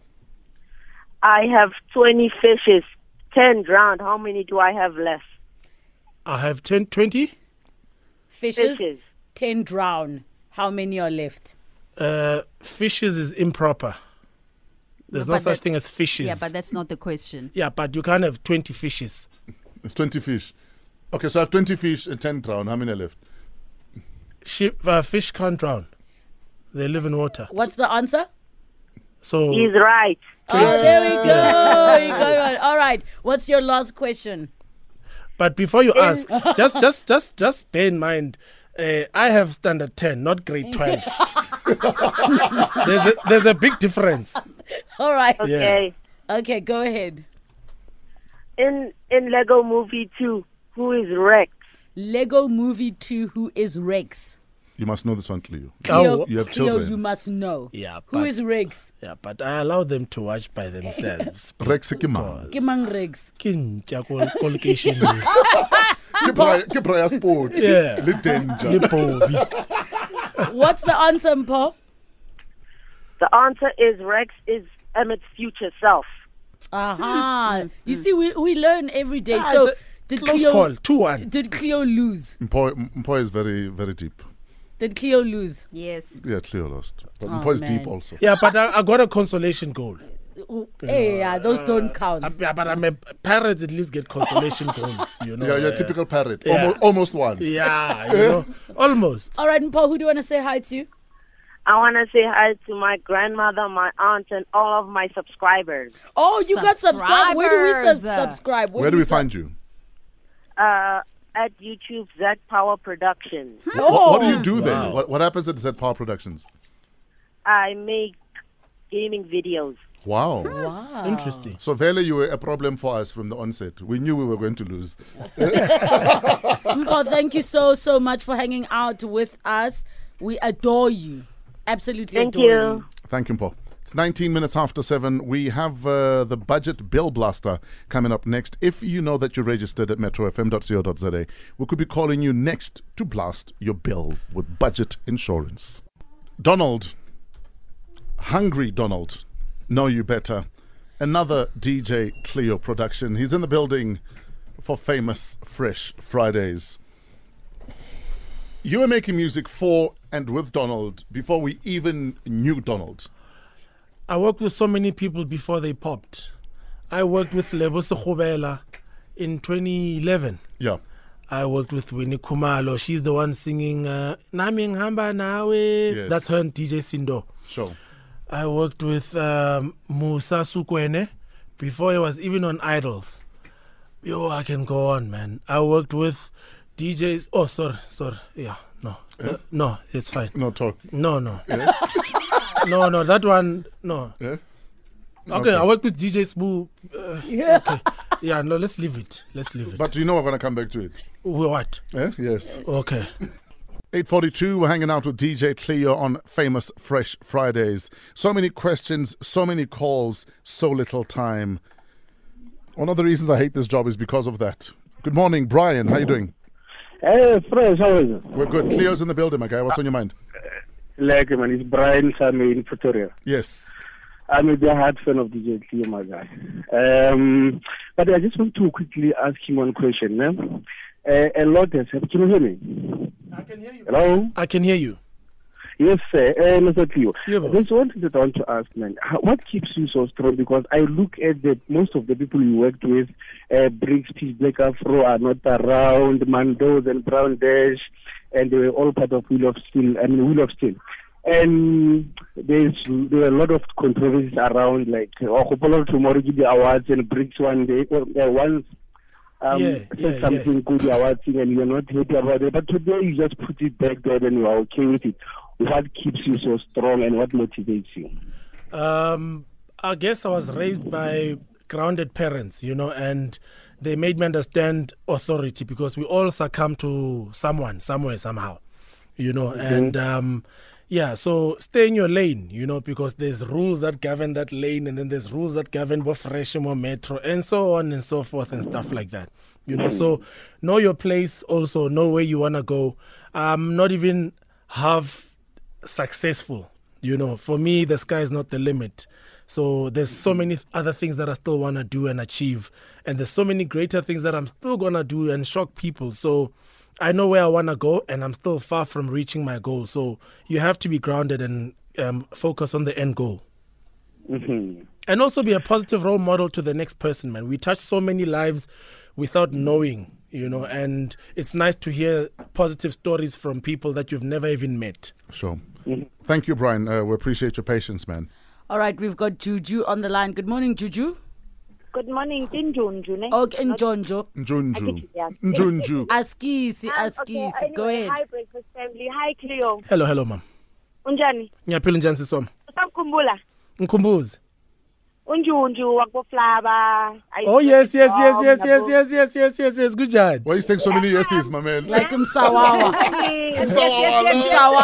Speaker 11: I have 20 fishes, 10 drowned. How many do I have left?
Speaker 4: I have 10, 20.
Speaker 2: Fishes,
Speaker 11: Fishes.
Speaker 2: ten drown. How many are left?
Speaker 4: Uh, fishes is improper. There's no,
Speaker 3: but
Speaker 4: such
Speaker 3: that-
Speaker 4: thing as fishes.
Speaker 3: Yeah, but that's not the question.
Speaker 4: Yeah, but you can't have 20 fishes.
Speaker 1: It's 20 fish. Okay, so I have 20 fish and 10 drown. How many are left?
Speaker 4: She, uh, fish can't drown. They live in water.
Speaker 2: What's the answer?
Speaker 4: So
Speaker 11: He's right.
Speaker 2: Oh, there we go. You got one. All right. What's your last question?
Speaker 4: But before you ask, just just just just bear in mind, uh, I have standard ten, not grade twelve. there's a, there's a big difference.
Speaker 2: All right.
Speaker 4: Yeah. Okay.
Speaker 2: Okay, go ahead.
Speaker 11: In in Lego Movie 2, who is Rex?
Speaker 2: Lego Movie 2, who is Rex?
Speaker 1: You must know this one, Cleo.
Speaker 4: Cleo-
Speaker 1: Oh, you have
Speaker 2: Cleo,
Speaker 1: children.
Speaker 2: you must know.
Speaker 4: Yeah,
Speaker 2: Who
Speaker 4: but-
Speaker 2: is Rex?
Speaker 4: Yeah, but I allow them to watch by themselves.
Speaker 1: Rex Kimang.
Speaker 2: Kimang Regs.
Speaker 4: Kinja ko- collocation.
Speaker 1: Ke bra- ke bra ya sport.
Speaker 4: Yeah.
Speaker 1: Le danger.
Speaker 4: Le Bobby.
Speaker 2: What's the answer, Paul?
Speaker 11: The answer is Rex is Emmett's future self.
Speaker 2: Aha. You see, we, we learn every day.
Speaker 4: Ah,
Speaker 2: so,
Speaker 4: the-
Speaker 2: did
Speaker 4: Close
Speaker 2: Cleo,
Speaker 4: call, two one.
Speaker 2: did Cleo lose?
Speaker 1: Mpo, Mpo is very, very deep.
Speaker 2: Did Cleo lose?
Speaker 3: Yes.
Speaker 1: Yeah, Cleo lost. But
Speaker 2: Oh,
Speaker 1: Mpo is deep
Speaker 2: man.
Speaker 1: also.
Speaker 4: Yeah, but I, I got a consolation goal.
Speaker 2: Oh,
Speaker 1: Mm.
Speaker 2: Hey, yeah, those don't count.
Speaker 4: I- yeah, but I'm a Pirates at least get consolation goals. You know.
Speaker 1: yeah, you're
Speaker 4: uh,
Speaker 1: a typical parrot.
Speaker 4: yeah.
Speaker 1: Almost, almost one.
Speaker 4: Yeah, you know, almost.
Speaker 2: All right, Paul, who do you want to say hi to?
Speaker 11: I want to say hi to my grandmother, my aunt, and all of my subscribers.
Speaker 2: Oh, you got subscribed. Where do we sub-
Speaker 3: Subscribers.
Speaker 2: subscribe?
Speaker 1: Where do we find you?
Speaker 11: Uh, at YouTube, Z Power Productions.
Speaker 12: Hmm?
Speaker 1: Wh- What, what do you do
Speaker 4: Wow.
Speaker 1: then? What, what happens at Z Power Productions?
Speaker 11: I make gaming videos.
Speaker 1: Wow.
Speaker 2: Wow.
Speaker 4: Interesting.
Speaker 1: So, Vele, you were a problem for us from the onset. We knew we were going to lose.
Speaker 2: Mpo, Oh, thank you so, so much for hanging out with us. We adore you. Absolutely
Speaker 11: Thank
Speaker 2: adore
Speaker 11: you.
Speaker 1: Thank you, Paul. It's 19 minutes after 7. We have uh, the budget bill blaster coming up next. If you know that you're registered at metrofm.co.za, we could be calling you next to blast your bill with budget insurance. Donald, hungry Donald, know you better. Another DJ Cleo production. He's in the building for famous Fresh Fridays. You were making music for and with Donald before we even knew Donald.
Speaker 4: I worked with so many people before they popped. I worked with Lebo Sekgobela in 2011.
Speaker 1: Yeah.
Speaker 4: I worked with Winnie Kumalo. She's the one singing uh, Nami Ngihamba Nawe.
Speaker 1: Yes.
Speaker 4: That's her and DJ Sindo.
Speaker 1: Sure.
Speaker 4: I worked with um, Musa Sukwene before he was even on Idols. Yo, I can go on, man. I worked with DJs. Oh, sorry, sorry. Yeah, no, no, no it's fine.
Speaker 1: No talk.
Speaker 4: No, no. no, no, that one, no.
Speaker 1: Yeah?
Speaker 4: Okay,
Speaker 1: Okay.
Speaker 4: I worked with DJ Spoo. Uh, yeah. Okay. Yeah, no, let's leave it. Let's leave it.
Speaker 1: But you know we're gonna come back to it.
Speaker 4: we what?
Speaker 1: Eh? Yes.
Speaker 4: Okay.
Speaker 1: 842, we're hanging out with DJ Cleo on Famous Fresh Fridays. So many questions, so many calls, so little time. One of the reasons I hate this job is because of that. Good morning, Brian. How you doing?
Speaker 12: Hey, Fresh, how is it?
Speaker 1: We're good. Cleo's in the building, my guy. What's on your mind?
Speaker 12: Like, man, it's Brian Sammy in Pretoria.
Speaker 1: Yes.
Speaker 12: I'm a big hard fan of DJ Cleo, oh my guy. Um, but I just want to quickly ask him one question. Yeah? Uh, a lot has happened. Can you hear me?
Speaker 4: I can hear you.
Speaker 12: Hello?
Speaker 4: I can hear you.
Speaker 12: Yes, sir. Uh, Mr. Cleo.
Speaker 4: Yeah, bro.
Speaker 12: There's one thing that I want to ask, man. How, what keeps you so strong? Because I look at the most of the people you worked with, uh, Briggs, Peace Black Afro are not around, Mandos and Brown Dash, and they were all part of Wheel of Steel. I mean, Wheel of Steel. And there's there were a lot of controversies around, like Okopolo tomorrow give the awards and Briggs one day uh, uh, once. Um,
Speaker 4: Yeah,
Speaker 12: said
Speaker 4: yeah, yeah.
Speaker 12: something good awards and you're not happy about it. But today you just put it back there and you're okay with it. What keeps you so strong and what motivates you?
Speaker 4: Um, I guess I was raised by grounded parents, you know, and they made me understand authority because we all succumb to someone, somewhere, somehow, you know,
Speaker 12: Mhm.
Speaker 4: and um, yeah, so stay in your lane, you know, because there's rules that govern that lane, and then there's rules that govern both fresh and more metro, and so on and so forth, and stuff like that, you know. So know your place, also know where you wanna go. Um, not even half successful, you know. For me, the sky is not the limit. So there's so many th- other things that I still wanna do and achieve, and there's so many greater things that I'm still gonna do and shock people. So I know where I want to go, and I'm still far from reaching my goal. So you have to be grounded and um, focus on the end goal,
Speaker 12: Mhm.
Speaker 4: and also be a positive role model to the next person. Man, we touch so many lives without knowing, you know, and it's nice to hear positive stories from people that you've never even met.
Speaker 1: Sure.
Speaker 12: Mm-hmm.
Speaker 1: Thank you, Brian. Uh, we appreciate your patience, man.
Speaker 2: All right, we've got Juju on the line. Good morning, Juju.
Speaker 13: Good morning, Tinjunju.
Speaker 2: Okay, Njonjo.
Speaker 1: Njunju.
Speaker 13: Yeah.
Speaker 1: Njunju.
Speaker 2: Askisi,
Speaker 13: Ah, Okay,
Speaker 2: askisi. Go
Speaker 13: anyway,
Speaker 2: ahead.
Speaker 13: Hi, breakfast family. Hi, Cleo.
Speaker 4: Hello, hello, mom.
Speaker 13: Unjani?
Speaker 4: Ngiyaphila njani sisom?
Speaker 13: Usamkhumbula?
Speaker 4: Ngikhumbuze.
Speaker 13: Unjunju wakoflava.
Speaker 4: Oh yes, yes, yes, yes, yes, yes, yes, yes, yes, yes. Good job.
Speaker 1: Why are you saying so many yeses, my man?
Speaker 2: Like Msawawa.
Speaker 13: yes, yes,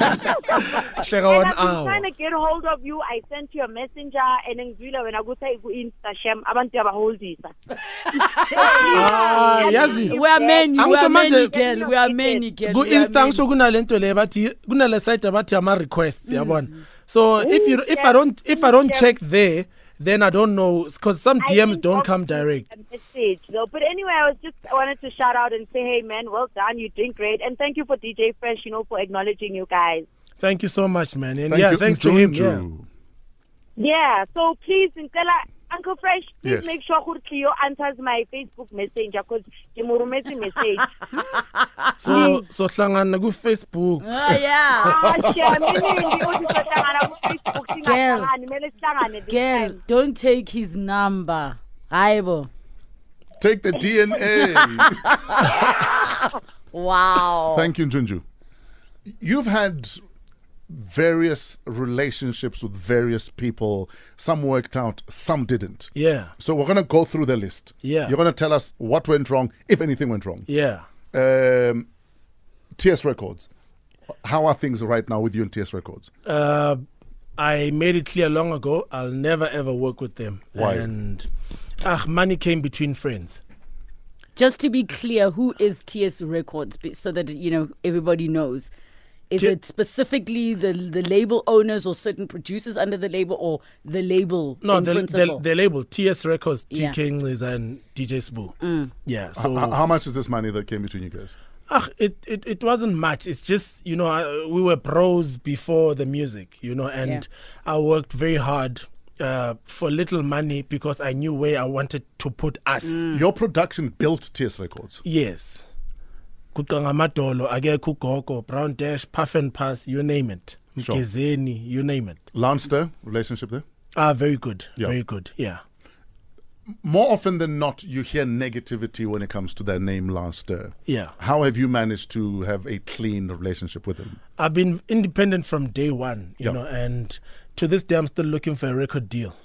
Speaker 4: Hleka one
Speaker 13: I'm
Speaker 4: hour.
Speaker 13: trying to get hold of you. I sent you a messenger and ngizwile wena kuthe ku-insta sham abantu uyabaholdisa
Speaker 4: Ah, yazi.
Speaker 2: We are many, we
Speaker 4: Angisho
Speaker 2: are many,
Speaker 4: manje-
Speaker 2: girl. We are many, girl. we are
Speaker 4: ku-insta ngisho kunalento le bathi kunale site abathi ama-request yabona so if you if i don't if i don't check there then i don't know because some dms don't come direct
Speaker 13: a message though. But anyway, I was just I wanted to shout out and say, hey man, well done, you're doing great, and thank you for DJ Fresh, you know, for acknowledging you guys.
Speaker 4: thank you so much man and
Speaker 1: Thank
Speaker 4: yeah
Speaker 1: you,
Speaker 4: thanks to him yeah.
Speaker 1: Njunju.
Speaker 13: Yeah, so please, Ntela, Uncle Fresh, please
Speaker 4: Yes.
Speaker 13: make sure Khurkiyo answers my Facebook messenger because Kimurumezi message.
Speaker 4: so so hlangana ku-facebook
Speaker 2: Oh,
Speaker 13: Ah, yeah. Ah, shame, iningi uthi sohlangana ku-Facebook, singahlangani, kumele sihlangane this
Speaker 2: Girl,
Speaker 13: time.
Speaker 2: don't take his number. Aibo.
Speaker 1: Take the DNA.
Speaker 2: wow.
Speaker 1: Thank you, Njunju. You've had various relationships with various people. Some worked out, some didn't.
Speaker 4: Yeah.
Speaker 1: So we're going to go through the list.
Speaker 4: Yeah.
Speaker 1: You're going to tell us what went wrong, if anything went wrong.
Speaker 4: yeah
Speaker 1: Um, TS Records. How are things right now with you and TS Records?
Speaker 4: Uh, I made it clear long ago. I'll never ever work with them.
Speaker 1: Why?
Speaker 4: And ah, money came between friends.
Speaker 2: Just to be clear, who is TS Records? Be- So that, you know, everybody knows. Is it specifically the, the label owners or certain producers under the label or the label?
Speaker 4: No,
Speaker 2: in
Speaker 4: the, the,
Speaker 2: principle?
Speaker 4: the label TS Records,
Speaker 2: Yeah.
Speaker 4: TK English, and DJ Spoo.
Speaker 2: Mm.
Speaker 4: Yeah.
Speaker 1: H-
Speaker 4: So
Speaker 1: h- how much is this money that came between you guys?
Speaker 4: Ah, it, it, it wasn't much. It's just, you know, I, we were pros before the music, you know, and I worked very hard uh, for little money because I knew where I wanted to put us.
Speaker 2: Mm.
Speaker 1: Your production built TS Records.
Speaker 4: Yes. Kukangamadolo, Ageko Goko, Brown Dash, Puff and Pass, you name it.
Speaker 1: Sure.
Speaker 4: Mkezeni, you name it.
Speaker 1: Lanster, relationship there?
Speaker 4: Ah, very good.
Speaker 1: Yeah.
Speaker 4: Very good. Yeah.
Speaker 1: More often than not, you hear negativity when it comes to their name, Lanster.
Speaker 4: Yeah.
Speaker 1: How have you managed to have a clean relationship with them?
Speaker 4: I've been independent from day one, you
Speaker 1: Yeah.
Speaker 4: know, and to this day, I'm still looking for a record deal.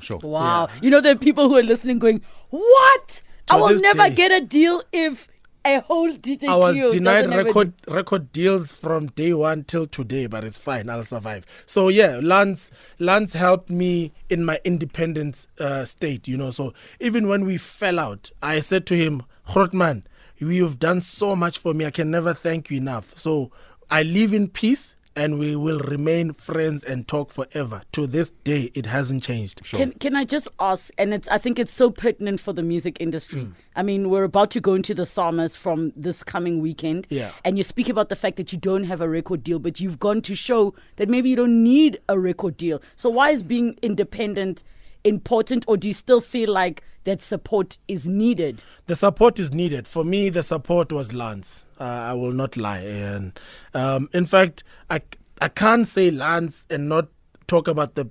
Speaker 1: Sure.
Speaker 2: Wow. You know, there are people who are listening going, What? I
Speaker 4: To
Speaker 2: will
Speaker 4: this
Speaker 2: never
Speaker 4: day.
Speaker 2: get a deal if a whole DJ
Speaker 4: I was
Speaker 2: Cleo
Speaker 4: denied
Speaker 2: doesn't have a
Speaker 4: record record deals from day one till today, but it's fine. I'll survive. So yeah, Lance Lance helped me in my independent uh, state. You know, so even when we fell out, I said to him, Hortman, you've done so much for me. I can never thank you enough. So I live in peace, and we will remain friends and talk forever. To this day, it hasn't changed.
Speaker 2: Can can I just ask? And it's I think it's so pertinent for the music industry.
Speaker 4: Hmm.
Speaker 2: I mean, we're about to go into the summers from this coming weekend.
Speaker 4: Yeah.
Speaker 2: And you speak about the fact that you don't have a record deal, but you've gone to show that maybe you don't need a record deal. So why is being independent important, or do you still feel like that support is needed?
Speaker 4: The support is needed. For me, the support was Lance. Uh, I will not lie. And um, in fact, I, c- I can't say Lance and not talk about the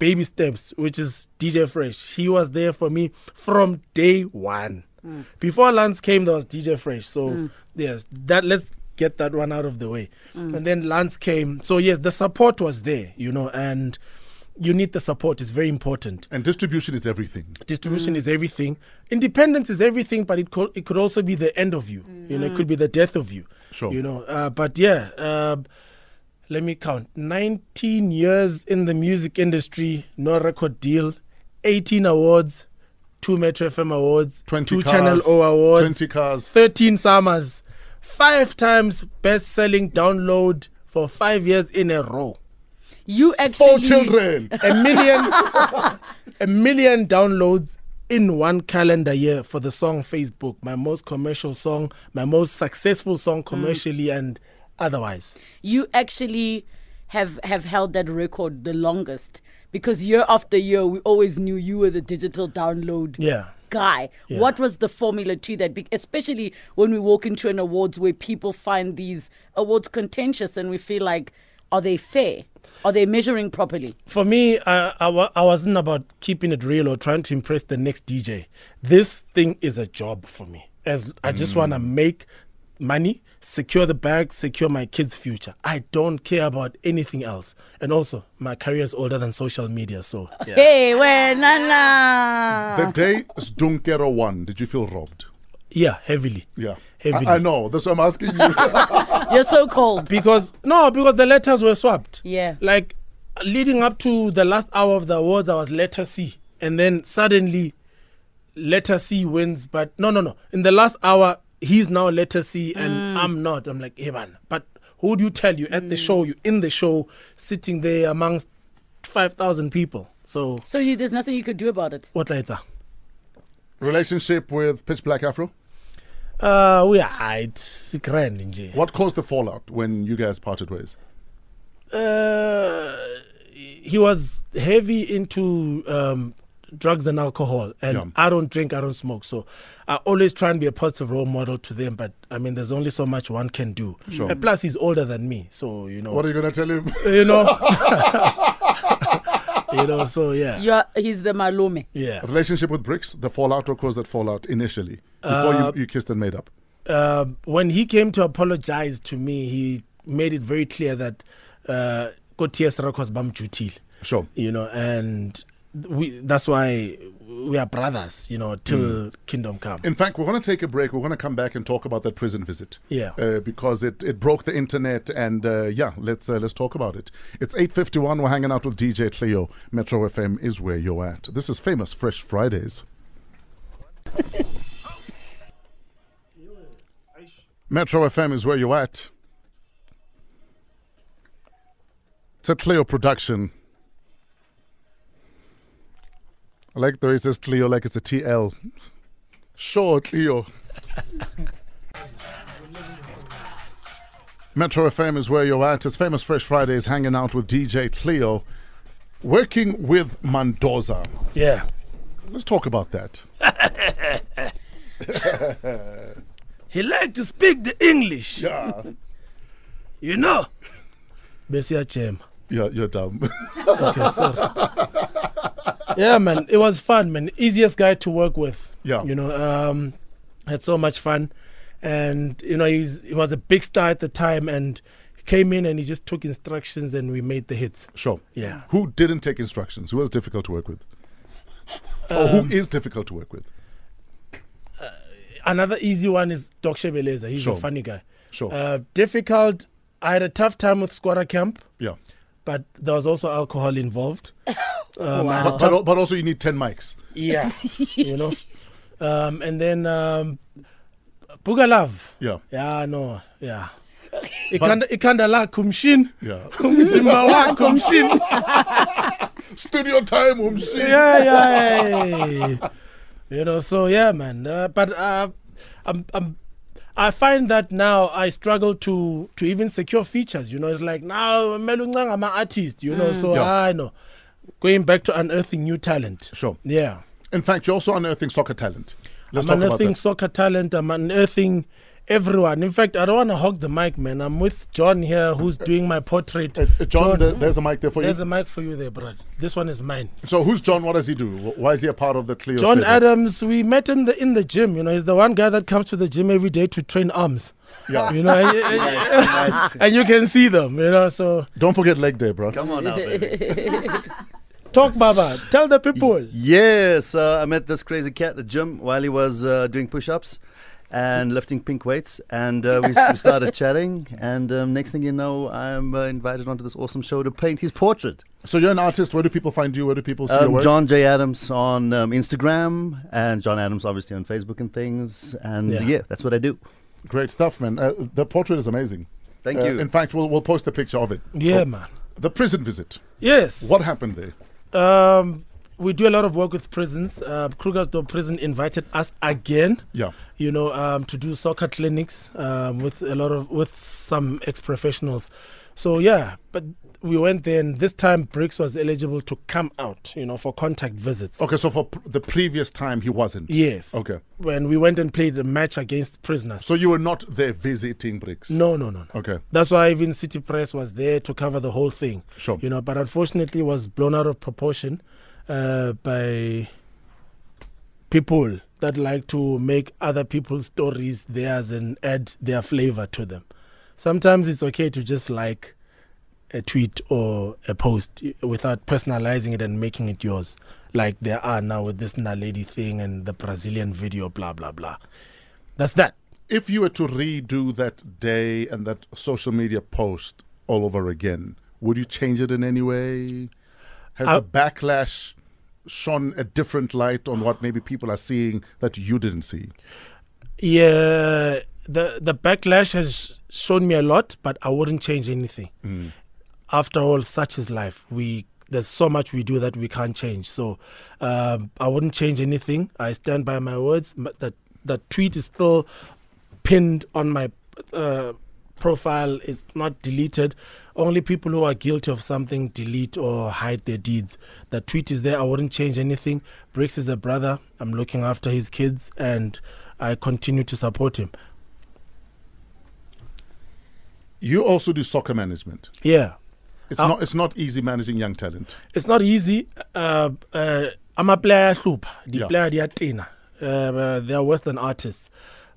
Speaker 4: baby steps, which is DJ Fresh. He was there for me from day one.
Speaker 12: Mm.
Speaker 4: Before Lance came, there was DJ Fresh. So
Speaker 12: Mm.
Speaker 4: yes, that let's get that
Speaker 12: Mm.
Speaker 4: one out of the way. And then Lance came. So yes, the support was there, you know, and you need the support. It's very important.
Speaker 1: And distribution is everything.
Speaker 4: Distribution
Speaker 1: Mm.
Speaker 4: is everything. Independence is everything, but it could it could also be the end of you. You know, it could be the death of you.
Speaker 1: Sure.
Speaker 4: You know, uh, but yeah, uh, let me count. Nineteen years in the music industry, no record deal, eighteen awards, two Metro FM awards,
Speaker 1: 20
Speaker 4: two
Speaker 1: cars,
Speaker 4: Channel O awards,
Speaker 1: 20 cars,
Speaker 4: 13 summers, five times best selling download for five years in a row.
Speaker 2: You actually.
Speaker 4: Four children. A million, a million downloads in one calendar year for the song Facebook, my most commercial song, my most successful song
Speaker 1: Mm.
Speaker 4: commercially and otherwise.
Speaker 2: you actually have have held that record the longest because year after year we always knew you were the digital download
Speaker 4: Yeah.
Speaker 2: guy
Speaker 4: Yeah.
Speaker 2: what was the formula to that Be- especially when we walk into an awards where people find these awards contentious and we feel like are they fair are they measuring properly
Speaker 4: For me, I, I, wa- I wasn't about keeping it real or trying to impress the next DJ. This thing is a job for me. As I just
Speaker 14: Mm.
Speaker 4: want to make money, secure the bag, secure my kids' future. I don't care about anything else. And also, my career is older than social media, so yeah.
Speaker 2: hey where nana
Speaker 1: The day Sdunkero won, did you feel robbed?
Speaker 4: Yeah, heavily.
Speaker 1: Yeah.
Speaker 4: Heavily.
Speaker 1: I, I know. That's why I'm asking you.
Speaker 2: You're so cold.
Speaker 4: Because no, because the letters were swapped.
Speaker 2: Yeah.
Speaker 4: Like leading up to the last hour of the awards, I was letter C, and then suddenly letter C wins. But no, no, no. In the last hour, he's now letter C, and
Speaker 14: Mm.
Speaker 4: I'm not. I'm like, hey man. But who do you tell? You at the show. You in the show, sitting there amongst five thousand people. So
Speaker 2: so you, there's nothing you could do about it
Speaker 4: what later?
Speaker 1: Relationship with Pitch Black Afro?
Speaker 4: Uh, we are hide grand nje.
Speaker 1: What caused the fallout when you guys parted ways?
Speaker 4: Uh, he was heavy into um, drugs and alcohol, and
Speaker 1: Yeah.
Speaker 4: I don't drink, I don't smoke, so I always try and be a positive role model to them. But I mean, there's only so much one can do.
Speaker 1: Sure.
Speaker 4: And plus, he's older than me, so you know.
Speaker 1: What are you gonna tell him?
Speaker 4: You know. you know. So yeah.
Speaker 2: You're, he's the malume
Speaker 4: Yeah.
Speaker 1: Relationship with Bricks, the fallout, what caused that fallout initially? Before
Speaker 4: Uh,
Speaker 1: you, you kissed and made up.
Speaker 4: uh, when he came to apologize to me, he made it very clear that uh, Kotias Rakwas Bam Jutil.
Speaker 1: Sure.
Speaker 4: You know, and we that's why we are brothers, you know, till
Speaker 1: Mm.
Speaker 4: kingdom come.
Speaker 1: In fact, we're going to take a break. We're going to come back and talk about that prison visit.
Speaker 4: Yeah.
Speaker 1: Uh, because it, it broke the internet, and uh, yeah, let's uh, let's talk about it. It's eight fifty one. We're hanging out with DJ Cleo. Metro FM is where you're at. This is famous Fresh Fridays. Metro FM is where you're at. It's a Cleo production. I like the way it says Cleo like it's a TL. Sure, Cleo. Metro FM is where you're at. It's Famous Fresh Fridays hanging out with DJ Cleo, working with Mendoza.
Speaker 4: Yeah.
Speaker 1: Let's talk about that.
Speaker 4: he liked to speak the English.
Speaker 1: Yeah.
Speaker 4: you know. Bessia Chem.
Speaker 1: Yeah, you're dumb.
Speaker 4: Okay, sorry. yeah, man, it was fun, man. Easiest guy to work with.
Speaker 1: Yeah.
Speaker 4: You know, um, had so much fun, and you know he's he was a big star at the time, and he came in and he just took instructions, and we made the hits.
Speaker 1: Sure.
Speaker 4: Yeah.
Speaker 1: Who didn't take instructions? Who was difficult to work with? or
Speaker 4: Um,
Speaker 1: who is difficult to work with?
Speaker 4: Another easy one is Doc Shebeleza. He's
Speaker 1: Sure.
Speaker 4: a funny guy.
Speaker 1: Sure.
Speaker 4: Uh, difficult. I had a tough time with Squatter Camp,
Speaker 1: Yeah.
Speaker 4: but there was also alcohol involved. Um, I had a
Speaker 1: But,
Speaker 4: tough-
Speaker 1: but, al- but also, you need 10 mics.
Speaker 4: Yeah, you know. Um, and then um, Buga Love.
Speaker 1: Yeah.
Speaker 4: Yeah, no, yeah.
Speaker 1: But-
Speaker 4: Ikanda ikanda lakho umshin.
Speaker 1: Yeah.
Speaker 4: Umzimba wakho umshin.
Speaker 1: Studio time um, umshin.
Speaker 4: Yeah, yeah, yeah. You know, so yeah, man. Uh, but uh, I'm, I'm, I find that now I struggle to to even secure features. You know, it's like now Melungang, I'm an artist. You know,
Speaker 1: Mm.
Speaker 4: so
Speaker 1: Yeah.
Speaker 4: I know. Going back to unearthing new talent.
Speaker 1: Sure.
Speaker 4: Yeah.
Speaker 1: In fact, you're also unearthing soccer talent. Let's
Speaker 4: I'm
Speaker 1: talk about
Speaker 4: unearthing
Speaker 1: that.
Speaker 4: soccer talent. I'm unearthing everyone. In fact, I don't want to hog the mic, man. I'm with John here, who's doing my portrait.
Speaker 1: Uh, John, there- there's a mic there for you.
Speaker 4: There's a mic for you there, bro. This one is mine.
Speaker 1: So, who's John? What does he do? Wh- Why is he a part of the Cleo?
Speaker 4: John
Speaker 1: stable?
Speaker 4: Adams, we met in the in the gym. You know, he's the one guy that comes to the gym every day to train arms.
Speaker 1: Yeah.
Speaker 4: You know, and, and you can see them. You know, so
Speaker 1: Don't forget leg day, bro.
Speaker 4: Come on
Speaker 15: now, baby.
Speaker 4: Talk, Baba. Tell the people.
Speaker 14: Yes, uh, I met this crazy cat at the gym while he was uh, doing push-ups and lifting pink weights, and uh, we, s- we started chatting. And um, next thing you know, I'm uh, invited onto this awesome show to paint his portrait.
Speaker 1: So you're an artist. Where do people find you? Where do people see your
Speaker 14: Um,
Speaker 1: work?
Speaker 14: John J. Adams on um, Instagram, and John Adams obviously on Facebook and things. And
Speaker 1: Yeah.
Speaker 14: yeah, that's what I do.
Speaker 1: Great stuff, man. Uh, the portrait is amazing.
Speaker 14: Thank
Speaker 1: Uh,
Speaker 14: you.
Speaker 1: In fact, we'll, we'll post a picture of it.
Speaker 4: Yeah,
Speaker 1: Oh,
Speaker 4: man.
Speaker 1: The prison visit.
Speaker 4: Yes.
Speaker 1: What happened there?
Speaker 4: Um, we do a lot of work with prisons. Uh, Krugersdorp Prison invited us again.
Speaker 1: Yeah.
Speaker 4: You know, um, to do soccer clinics um, with a lot of with some ex-professionals. So yeah, but we went there, and this time Briggs was eligible to come out. You know, for contact visits.
Speaker 1: Okay, so for pr- the previous time he wasn't.
Speaker 4: Yes.
Speaker 1: Oh. Okay.
Speaker 4: When we went and played a match against prisoners.
Speaker 1: So you were not there visiting bricks.
Speaker 4: No, no, no, no.
Speaker 1: Okay.
Speaker 4: That's why even City Press was there to cover the whole thing.
Speaker 1: Sure.
Speaker 4: You know, but unfortunately it was blown out of proportion uh, by people that like to make other people's stories theirs and add their flavor to them. Sometimes it's okay to just like a tweet or a post y- without personalizing it and making it yours, like there are now with this Naledi thing and the Brazilian video, blah, blah, blah. That's that.
Speaker 1: If you were to redo that day and that social media post all over again, would you change it in any way? Has
Speaker 4: I-
Speaker 1: the backlash shone a different light on what maybe people are seeing that you didn't see?
Speaker 4: Yeah, the the backlash has shown me a lot, but I wouldn't change anything. After all, such is life. We there's so much we do that we can't change. So um, I wouldn't change anything. I stand by my words. M- That that tweet is still pinned on my uh, profile. It's not deleted. Only people who are guilty of something delete or hide their deeds. The tweet is there. I wouldn't change anything. Briggs is a brother. I'm looking after his kids and I continue to support him.
Speaker 1: You also do soccer management.
Speaker 4: Yeah.
Speaker 1: It's
Speaker 4: Uh,
Speaker 1: not it's not easy managing young talent.
Speaker 4: It's not easy. Uh, uh, I'm a player sloop. The
Speaker 1: Yeah.
Speaker 4: player they are tina. Uh, uh, they are Western artists.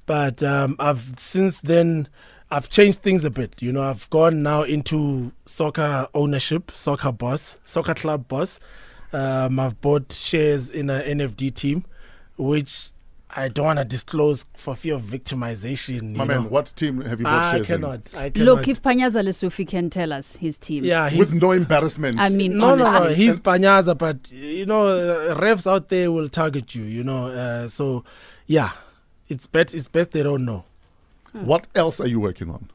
Speaker 4: But um, I've since then I've changed things a bit. You know, I've gone now into soccer ownership, soccer boss, soccer club boss. Um, I've bought shares in an NFD team, which I don't want to disclose for fear of victimization.
Speaker 1: My man,
Speaker 4: you know. Ah,
Speaker 1: what team have you bought
Speaker 4: I
Speaker 1: shares in?
Speaker 4: cannot, I cannot.
Speaker 3: Look, if Panyaza Lesufi can tell us his team.
Speaker 4: Yeah,
Speaker 1: With no embarrassment.
Speaker 3: I mean,
Speaker 4: no, no, no.
Speaker 3: honestly.
Speaker 4: He's Panyaza, but you know, uh, refs out there will target you. You know, uh, so yeah, it's best. It's best they don't know.
Speaker 1: What else are you working on?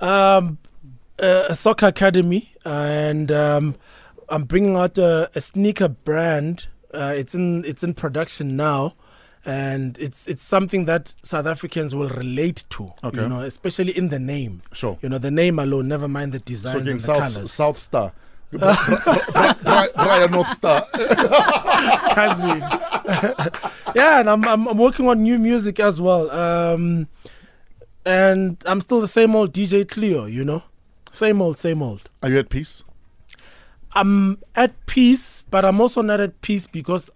Speaker 4: Um, uh, a soccer academy, and um, I'm bringing out a, a sneaker brand. Uh, it's in it's in production now, and it's it's something that South Africans will relate to.
Speaker 1: Okay.
Speaker 4: You know, especially in the name.
Speaker 1: Sure.
Speaker 4: You know, the name alone. Never mind the design
Speaker 1: So again,
Speaker 4: and the
Speaker 1: South
Speaker 4: colors.
Speaker 1: South Star. Bri- Bri- Bri- Brian North Star.
Speaker 4: cousin. yeah, and I'm, I'm I'm working on new music as well. Um, and I'm still the same old DJ Cleo, you know, same old, same old.
Speaker 1: Are you at peace?
Speaker 4: I'm at peace, but I'm also not at peace because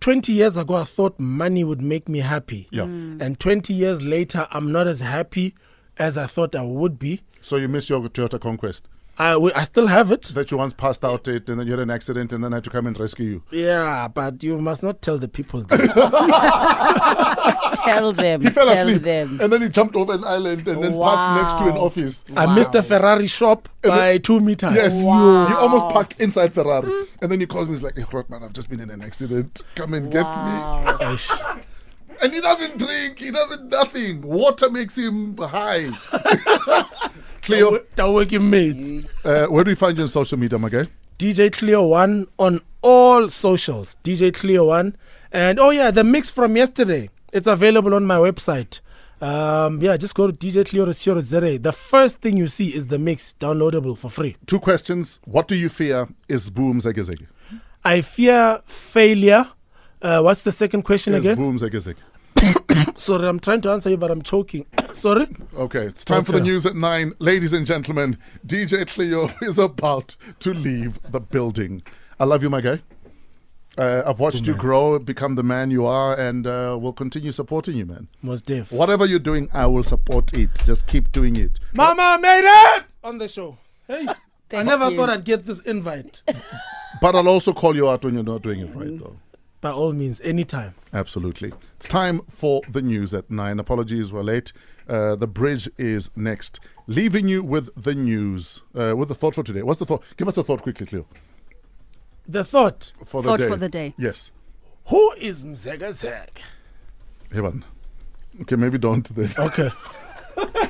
Speaker 4: 20 years ago I thought money would make me happy.
Speaker 1: Yeah. Mm.
Speaker 4: And 20 years later, I'm not as happy as I thought I would be.
Speaker 1: So you miss your Toyota Conquest.
Speaker 4: I, we- I still have it.
Speaker 1: That you once passed out it and then you had an accident and then I had to come and rescue you.
Speaker 4: Yeah, but you must not tell the people that.
Speaker 2: Tell them.
Speaker 1: He fell
Speaker 2: tell
Speaker 1: asleep
Speaker 2: them.
Speaker 1: and then he jumped over an island and then parked next to an
Speaker 2: Wow.
Speaker 1: office.
Speaker 4: I missed the Ferrari shop
Speaker 1: And
Speaker 4: by
Speaker 1: then-
Speaker 4: two meters.
Speaker 1: Yes,
Speaker 4: Yo.
Speaker 1: he almost parked inside Ferrari. And then he calls me, he's like, hey, Rothman, I've just been in an accident. Come and get me. and he doesn't drink, he doesn't nothing. Water makes him high. Cleo,
Speaker 4: Don't work your mates.
Speaker 1: uh, where do we find you on social media, my guy?
Speaker 4: DJ Cleo One on all socials. DJ Cleo One, and oh yeah, the mix from yesterday. It's available on my website. Um, yeah, just go to DJ Cleo Zere. The first thing you see is the mix, downloadable for free.
Speaker 1: Two questions. What do you fear is boom zege zege?
Speaker 4: I fear failure. Uh, what's the second question
Speaker 1: Is
Speaker 4: again?
Speaker 1: boom zege zege?
Speaker 4: Sorry, I'm trying to answer you, but I'm choking. Sorry.
Speaker 1: Okay, it's time for the
Speaker 4: Okay.
Speaker 1: news at nine. Ladies and gentlemen, DJ Cleo is about to leave the building. I love you, my guy. Uh, I've watched you grow, become the man you are, and uh, we'll continue supporting you, man.
Speaker 4: Most deaf.
Speaker 1: Whatever you're doing, I will support it. Just keep doing it.
Speaker 4: Mama made it on the show. Hey, I
Speaker 2: Thank
Speaker 4: never
Speaker 2: you.
Speaker 4: thought I'd get this invite.
Speaker 1: But I'll also call you out when you're not doing it right, though.
Speaker 4: By all means, anytime.
Speaker 1: Absolutely. It's time for the news at nine. Apologies, we're late. Uh, the bridge is next. Leaving you with the news, uh, with the thought for today. What's the thought? Give us the thought quickly, Cleo.
Speaker 4: The thought.
Speaker 1: For the day. Yes.
Speaker 4: Who is Mzega Zeg?
Speaker 1: Heban. Okay, maybe don't then.
Speaker 4: Okay.